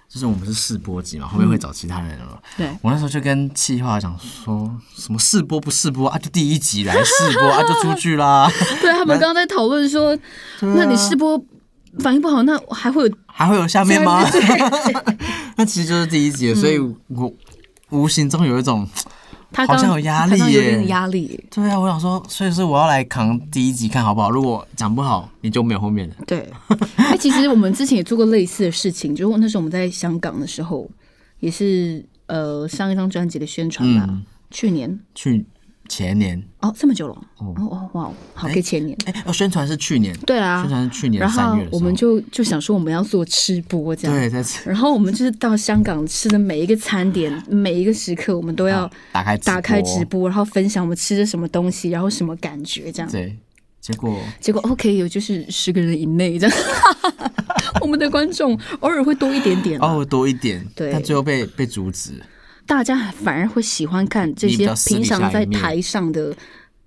Speaker 2: 就是我们是试播集嘛，后面
Speaker 1: 嗯
Speaker 2: 会找其他人嘛。
Speaker 1: 对
Speaker 2: 我那时候就跟气话讲说什么试播不试播啊，就第一集来试播啊，就出去啦，
Speaker 1: 对啊他们刚刚在讨论说，
Speaker 2: 啊
Speaker 1: 那你试播反应不好，那还会有
Speaker 2: 还会有下 面吗？那其实就是第一集了，所以
Speaker 1: 嗯
Speaker 2: 我无形中有一种，
Speaker 1: 他刚
Speaker 2: 好像有压力
Speaker 1: 他刚有
Speaker 2: 耶
Speaker 1: 点压力，
Speaker 2: 对啊，我想说，所以是我要来扛第一集看好不好？如果讲不好，你就没有后面了。
Speaker 1: 对， 哎，其实我们之前也做过类似的事情，就是那时候我们在香港的时候，也是呃上一张专辑的宣传吧，
Speaker 2: 嗯
Speaker 1: 去年
Speaker 2: 去前年，
Speaker 1: 哦这么久了哦，哦哇哦，好，可以前年，
Speaker 2: 哎、哦，宣传是去年，
Speaker 1: 对啊
Speaker 2: 宣，传是去年
Speaker 1: 然
Speaker 2: 三
Speaker 1: 后
Speaker 2: 月的时候，
Speaker 1: 我们就就想说我们要做吃播这样，
Speaker 2: 对，在吃
Speaker 1: 然后我们就是到香港吃的每一个餐点，每一个时刻，我们都要
Speaker 2: 打啊开直
Speaker 1: 打开
Speaker 2: 播
Speaker 1: 直播，然后分享我们吃的什么东西，然后什么感觉这样。
Speaker 2: 对，结果
Speaker 1: 结果 OK 有就是十个人以内这样， 我们的观众偶尔会多一点点、
Speaker 2: 哦多一点，
Speaker 1: 对
Speaker 2: 但最后被被阻止，
Speaker 1: 大家反而会喜欢看这
Speaker 2: 你比
Speaker 1: 些
Speaker 2: 较私
Speaker 1: 平
Speaker 2: 底下
Speaker 1: 常在
Speaker 2: 一面
Speaker 1: 台上的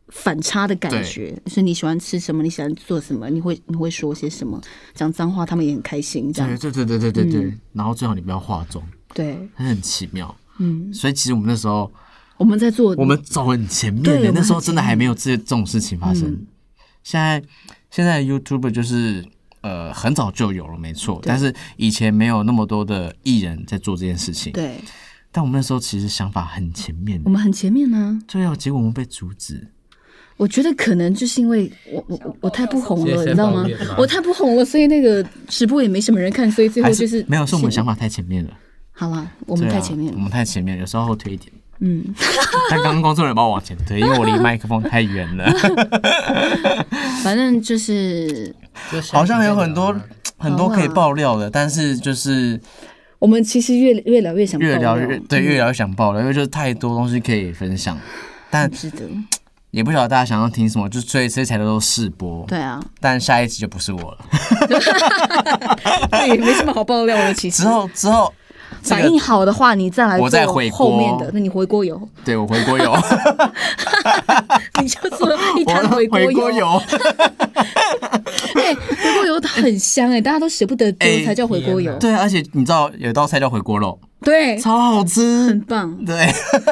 Speaker 1: 反差的感觉，就是你喜欢吃什么，你喜欢做什么，你会你会说些什么，讲脏话他们也很开心这
Speaker 2: 对
Speaker 1: 样。嗯
Speaker 2: 对对对对对对，然后最好你不要化妆，
Speaker 1: 对，
Speaker 2: 很奇妙。
Speaker 1: 嗯，
Speaker 2: 所以其实我们那时候，
Speaker 1: 我们在做
Speaker 2: 我们走很前
Speaker 1: 嗯
Speaker 2: 面
Speaker 1: 对我
Speaker 2: 的，
Speaker 1: 们
Speaker 2: 那时候
Speaker 1: 很
Speaker 2: 真的
Speaker 1: 前面嗯
Speaker 2: 还没有这这种事情发生。现在现在 YouTube 就是呃很早就有了，没错，但是以前没有那么多的艺人在做这件事情。
Speaker 1: 对，嗯
Speaker 2: 但我们那时候其实想法很前面
Speaker 1: 我，们很前面呢、
Speaker 2: 对啊，结果我们被阻止。
Speaker 1: 我觉得可能就是因为我我我我太不红了，
Speaker 5: 谢谢啊
Speaker 1: 你知道吗
Speaker 5: 抱怨啦？
Speaker 1: 我太不红了，所以那个直播也没什么人看，所以最后
Speaker 2: 还
Speaker 1: 就是
Speaker 2: 没有，是我们想
Speaker 1: 法。
Speaker 2: 法太前面了，
Speaker 1: 好了，我们
Speaker 2: 对啊
Speaker 1: 太前面
Speaker 2: 我
Speaker 1: 了。
Speaker 2: 们太前面了，有时候后退一点。
Speaker 1: 嗯，
Speaker 2: 但刚刚工作人员把我往前推，因为我离麦克风太远 了。
Speaker 1: 反正就是
Speaker 5: 就下
Speaker 2: 好
Speaker 5: 次
Speaker 2: 像有
Speaker 5: 再
Speaker 2: 很
Speaker 5: 聊
Speaker 2: 多
Speaker 5: 啊
Speaker 2: 很多可以爆料的，但是就是
Speaker 1: 我们其实越越聊越想
Speaker 2: 越聊
Speaker 1: 爆
Speaker 2: 越对越聊越想
Speaker 1: 嗯
Speaker 2: 爆料，因为就是太多东西可以分享，但
Speaker 1: 值得。
Speaker 2: 也不晓得大家想要听什么，就所以所以才叫做试播。
Speaker 1: 对啊，
Speaker 2: 但下一集就不是我了，
Speaker 1: 对，也没什么好爆料的。其实
Speaker 2: 之后之后 这
Speaker 1: 反应
Speaker 2: 个
Speaker 1: 好的话，你再来
Speaker 2: 我再
Speaker 1: 做
Speaker 2: 回锅
Speaker 1: 后面的。那你回锅 油，
Speaker 2: 对我回 锅油，
Speaker 1: 你就做一
Speaker 2: 我
Speaker 1: 摊回锅
Speaker 2: 回锅
Speaker 1: 油。
Speaker 2: 油，
Speaker 1: 哎，回锅油很香哎，大家都舍不得丢
Speaker 2: 哎
Speaker 1: 才叫回锅油。
Speaker 2: 对，而且你知道有一道菜叫回锅肉，
Speaker 1: 对，
Speaker 2: 超好
Speaker 1: 很
Speaker 2: 吃。
Speaker 1: 棒，
Speaker 2: 对，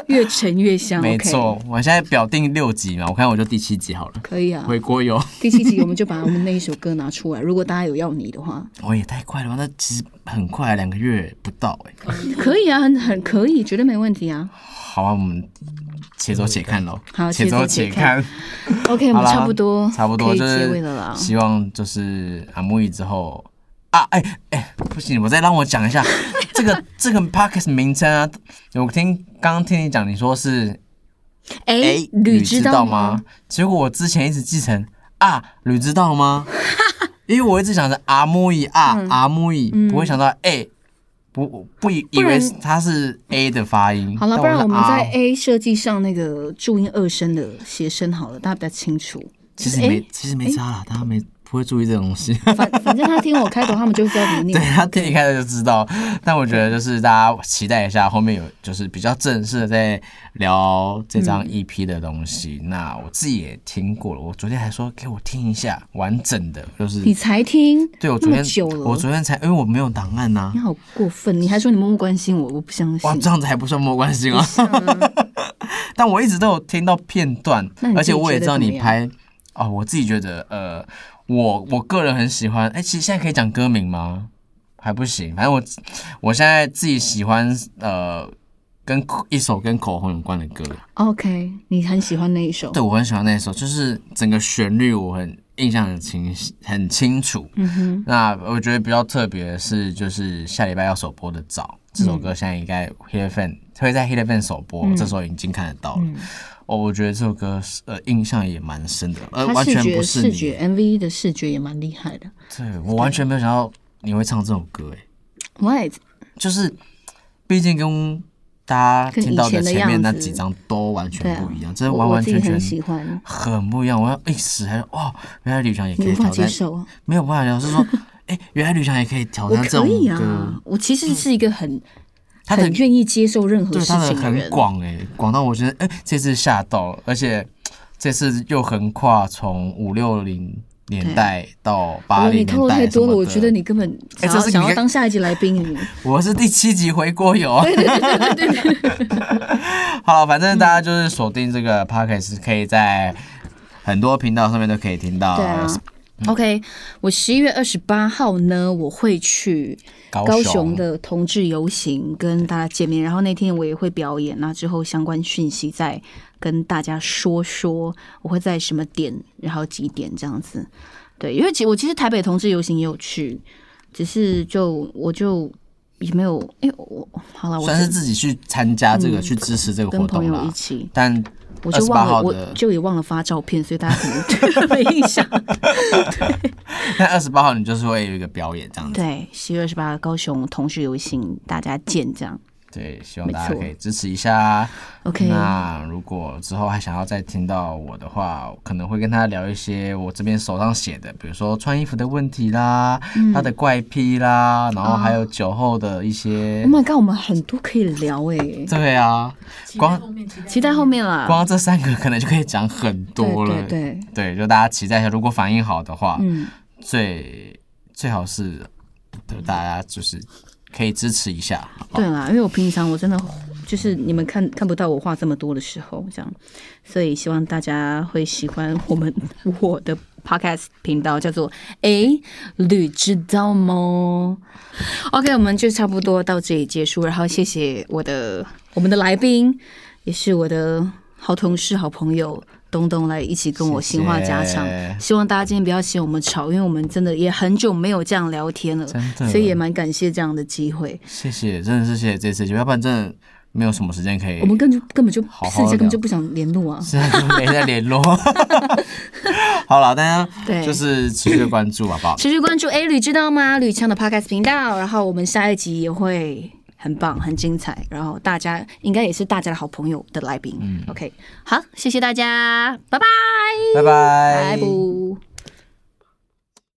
Speaker 1: 越沉越香。
Speaker 2: 没
Speaker 1: OK
Speaker 2: 错，我现在表定六集嘛，我看我就第七集好了。
Speaker 1: 可以啊。
Speaker 2: 回锅油，
Speaker 1: 第七集我们就把我们那一首歌拿出来，如果大家有要你的话，
Speaker 2: 哦我也太快了吧？那其实很快，两个月不到哎、
Speaker 1: 可以啊，很很可以，绝对没问题啊。
Speaker 2: 好啊，我们且走且看喽。
Speaker 1: 好
Speaker 2: 且走且看。
Speaker 1: OK，我
Speaker 2: 好
Speaker 1: 们
Speaker 2: 啦
Speaker 1: 差不多，
Speaker 2: 差不多
Speaker 1: 可以
Speaker 2: 就
Speaker 1: 结尾
Speaker 2: 是
Speaker 1: 了啦。
Speaker 2: 希望就是阿木易之后啊，哎、哎、不行，我再让 我讲一下这个这个 podcast 名称啊。我听刚刚听你讲，你说是
Speaker 1: 哎
Speaker 2: 哎，，
Speaker 1: 吕
Speaker 2: 知
Speaker 1: 知
Speaker 2: 道
Speaker 1: 道
Speaker 2: 吗
Speaker 1: 吗？？
Speaker 2: 结果我之前一直记成啊，吕知 道吗？因为我一直想着阿木易啊，
Speaker 1: 嗯
Speaker 2: 阿木易，不会想到哎，不不以以为
Speaker 1: 然
Speaker 2: 是它是 A 的发音。
Speaker 1: 好了，
Speaker 2: 但
Speaker 1: 不然
Speaker 2: 是
Speaker 1: 我们
Speaker 2: 啊
Speaker 1: 在 A 设计上那个注音二声的谐声好了，大家比较清楚。就
Speaker 2: 其
Speaker 1: 是
Speaker 2: 实没
Speaker 1: 哎
Speaker 2: 其实没差啦，大家没不会注意这种东西。
Speaker 1: 反反正他听我开头，他们就会知道你
Speaker 2: 对
Speaker 1: 念。
Speaker 2: 他听一开始就知道，但我觉得就是大家期待一下，后面有就是比较正式的在聊这
Speaker 1: 嗯
Speaker 2: 张 EP 的东西。那我自己也听过了，我昨天还说给我听一下完整的，就是
Speaker 1: 你才听，
Speaker 2: 对我
Speaker 1: 那
Speaker 2: 昨
Speaker 1: 么
Speaker 2: 天
Speaker 1: 久
Speaker 2: 我
Speaker 1: 了，嗯
Speaker 2: 昨天才，因为我没有档案呐、
Speaker 1: 你好过分！你还说你默默关心我，我不相信
Speaker 2: 哇，。这样子还不算没有关系吗？但我一直都有听到片段
Speaker 1: 那你，自己
Speaker 2: 而且我也知道
Speaker 1: 觉得
Speaker 2: 你
Speaker 1: 怎么
Speaker 2: 拍哦，我自己觉得呃，我我个人很喜欢。哎、其实现在可以讲歌名吗？还不行，反正我我现在自己喜欢呃，跟口一首跟口红有关的歌。
Speaker 1: OK，你很喜欢那一首
Speaker 2: 对，。我很喜欢那一首，就是整个旋律我很印象很清晰很清楚。
Speaker 1: 嗯哼，
Speaker 2: 那我觉得比较特别的是，就是下礼拜要首播的《早》这
Speaker 1: 嗯
Speaker 2: 首歌，现在应该 Hit Fan 会在 Hit Fan 首播，这时候已经看得到了。
Speaker 1: 嗯
Speaker 2: 哦，我觉得这首歌是呃印象也蛮深的，呃，
Speaker 1: 他
Speaker 2: 完
Speaker 1: 视
Speaker 2: 全不
Speaker 1: 觉
Speaker 2: 是
Speaker 1: 视
Speaker 2: 你，
Speaker 1: 觉 MV 的视觉也蛮厉害的。
Speaker 2: 对我完全没有想到你会唱这首歌，哎，
Speaker 1: What？
Speaker 2: 就是毕竟跟大家
Speaker 1: 跟以
Speaker 2: 听到
Speaker 1: 前的
Speaker 2: 前面
Speaker 1: 样
Speaker 2: 那
Speaker 1: 子
Speaker 2: 几张都完
Speaker 1: 对
Speaker 2: 全
Speaker 1: 啊
Speaker 2: 不一样，真的
Speaker 1: 我
Speaker 2: 完
Speaker 1: 我
Speaker 2: 完
Speaker 1: 自己
Speaker 2: 全
Speaker 1: 很
Speaker 2: 全
Speaker 1: 喜欢，
Speaker 2: 很不一样。我要一时还哇，原来吕翔也可
Speaker 1: 你
Speaker 2: 以
Speaker 1: 无法
Speaker 2: 挑
Speaker 1: 接
Speaker 2: 战，
Speaker 1: 受啊。
Speaker 2: 没有办法聊，是说哎，原来吕翔也可以挑
Speaker 1: 我
Speaker 2: 战这
Speaker 1: 可
Speaker 2: 种
Speaker 1: 以
Speaker 2: 歌
Speaker 1: 啊，，我其实是一个很
Speaker 2: 他的
Speaker 1: 很愿意接受任何
Speaker 2: 对
Speaker 1: 事
Speaker 2: 它的
Speaker 1: 情人啊
Speaker 2: 很。广哎、广到我觉得哎、这次吓到了，而且这次又横跨从五六零年代到
Speaker 1: 哇
Speaker 2: 八
Speaker 1: 哦你
Speaker 2: 零
Speaker 1: 透露
Speaker 2: 年代
Speaker 1: 太
Speaker 2: 什
Speaker 1: 多
Speaker 2: 么
Speaker 1: 了，
Speaker 2: 的啊
Speaker 1: 我觉得你根本想
Speaker 2: 哎这
Speaker 1: 要
Speaker 2: 是
Speaker 1: 想
Speaker 2: 你
Speaker 1: 要
Speaker 2: 看
Speaker 1: 当下一集来宾你。
Speaker 2: 我是第七集回锅友。对对对对对。 好了，反正大
Speaker 1: 嗯
Speaker 2: 家就是锁定这个 podcast，可以在很多频道上面都可以听到。
Speaker 1: 对啊。OK，我
Speaker 2: 嗯
Speaker 1: 十一月二十八号呢，我会去
Speaker 2: 高
Speaker 1: 高雄
Speaker 2: 雄
Speaker 1: 的同志游行跟大家见面，然后那天我也会表演，那之后相关讯息再跟大家说说，我会在什么点，然后几点这样子。对，因为其我其实台北同志游行也有去，只是就我就也没有，哎、我好了，我嗯
Speaker 2: 算是自己去参加这个，去支持这个
Speaker 1: 跟
Speaker 2: 活
Speaker 1: 朋
Speaker 2: 动
Speaker 1: 友
Speaker 2: 啦
Speaker 1: 一。起，
Speaker 2: 但
Speaker 1: 我
Speaker 2: 二
Speaker 1: 就
Speaker 2: 十八
Speaker 1: 忘了，
Speaker 2: 号
Speaker 1: 我
Speaker 2: 的，
Speaker 1: 就也忘了发照片，所以大家可能 没印 象。
Speaker 2: 但二十八号你就是会有一个表演这样子。
Speaker 1: 对，十月二十八高雄同志游行，大家见这样。
Speaker 2: 对，希望大
Speaker 1: 没
Speaker 2: 家
Speaker 1: 错
Speaker 2: 可以支持一下。
Speaker 1: OK，
Speaker 2: 那如果之后还想要再听到我的话，我可能会跟他聊一些我这边手上写的，比如说穿衣服的问题啦，
Speaker 1: 嗯
Speaker 2: 他的怪癖啦，然
Speaker 1: 哦
Speaker 2: 后还有酒后的一些
Speaker 1: Oh。my god，我们很多可以聊诶、
Speaker 2: 对啊，光
Speaker 4: 后面期待
Speaker 1: 期待后面啦。
Speaker 2: 光这三个可能就可以讲很多了。
Speaker 1: 对对
Speaker 2: 对就大家期待一下，如果反应好的话，
Speaker 1: 嗯，
Speaker 2: 最最好是对大家就是可以支持一下。
Speaker 1: 对啦，因为我平常我真的就是你们看看不到我话这么多的时候，这样，所以希望大家会喜欢我们 我的 podcast 频道，叫做“诶，吕知道吗？”OK，我们就差不多到这里结束，然后谢谢我的我们的来宾，也是我的好同事、好朋友。东东来一起跟我
Speaker 2: 谢谢
Speaker 1: 闲话家常，希望大家今天不要嫌我们吵，因为我们真的也很久没有这样聊天了
Speaker 2: 真，的
Speaker 1: 所以也蛮感谢这样的机会。
Speaker 2: 谢谢，真的是谢谢这次机会，要不然真的没有什么时间可以。
Speaker 1: 我们根本就根本就
Speaker 2: 好好
Speaker 1: 私底下根本
Speaker 2: 聊
Speaker 1: 就不想联 络啊。
Speaker 2: 现在都没在 联络。好了，大家
Speaker 1: 对
Speaker 2: 就是持续的关注好不好？
Speaker 1: 持续关注 A 旅知道吗？吕强的 Podcast 频道，然后我们下一集也会很棒、很精彩，然后大家应该也是大家的好朋友的来宾。OK，好，谢谢大家，拜拜，
Speaker 2: 拜拜。
Speaker 1: 拜拜。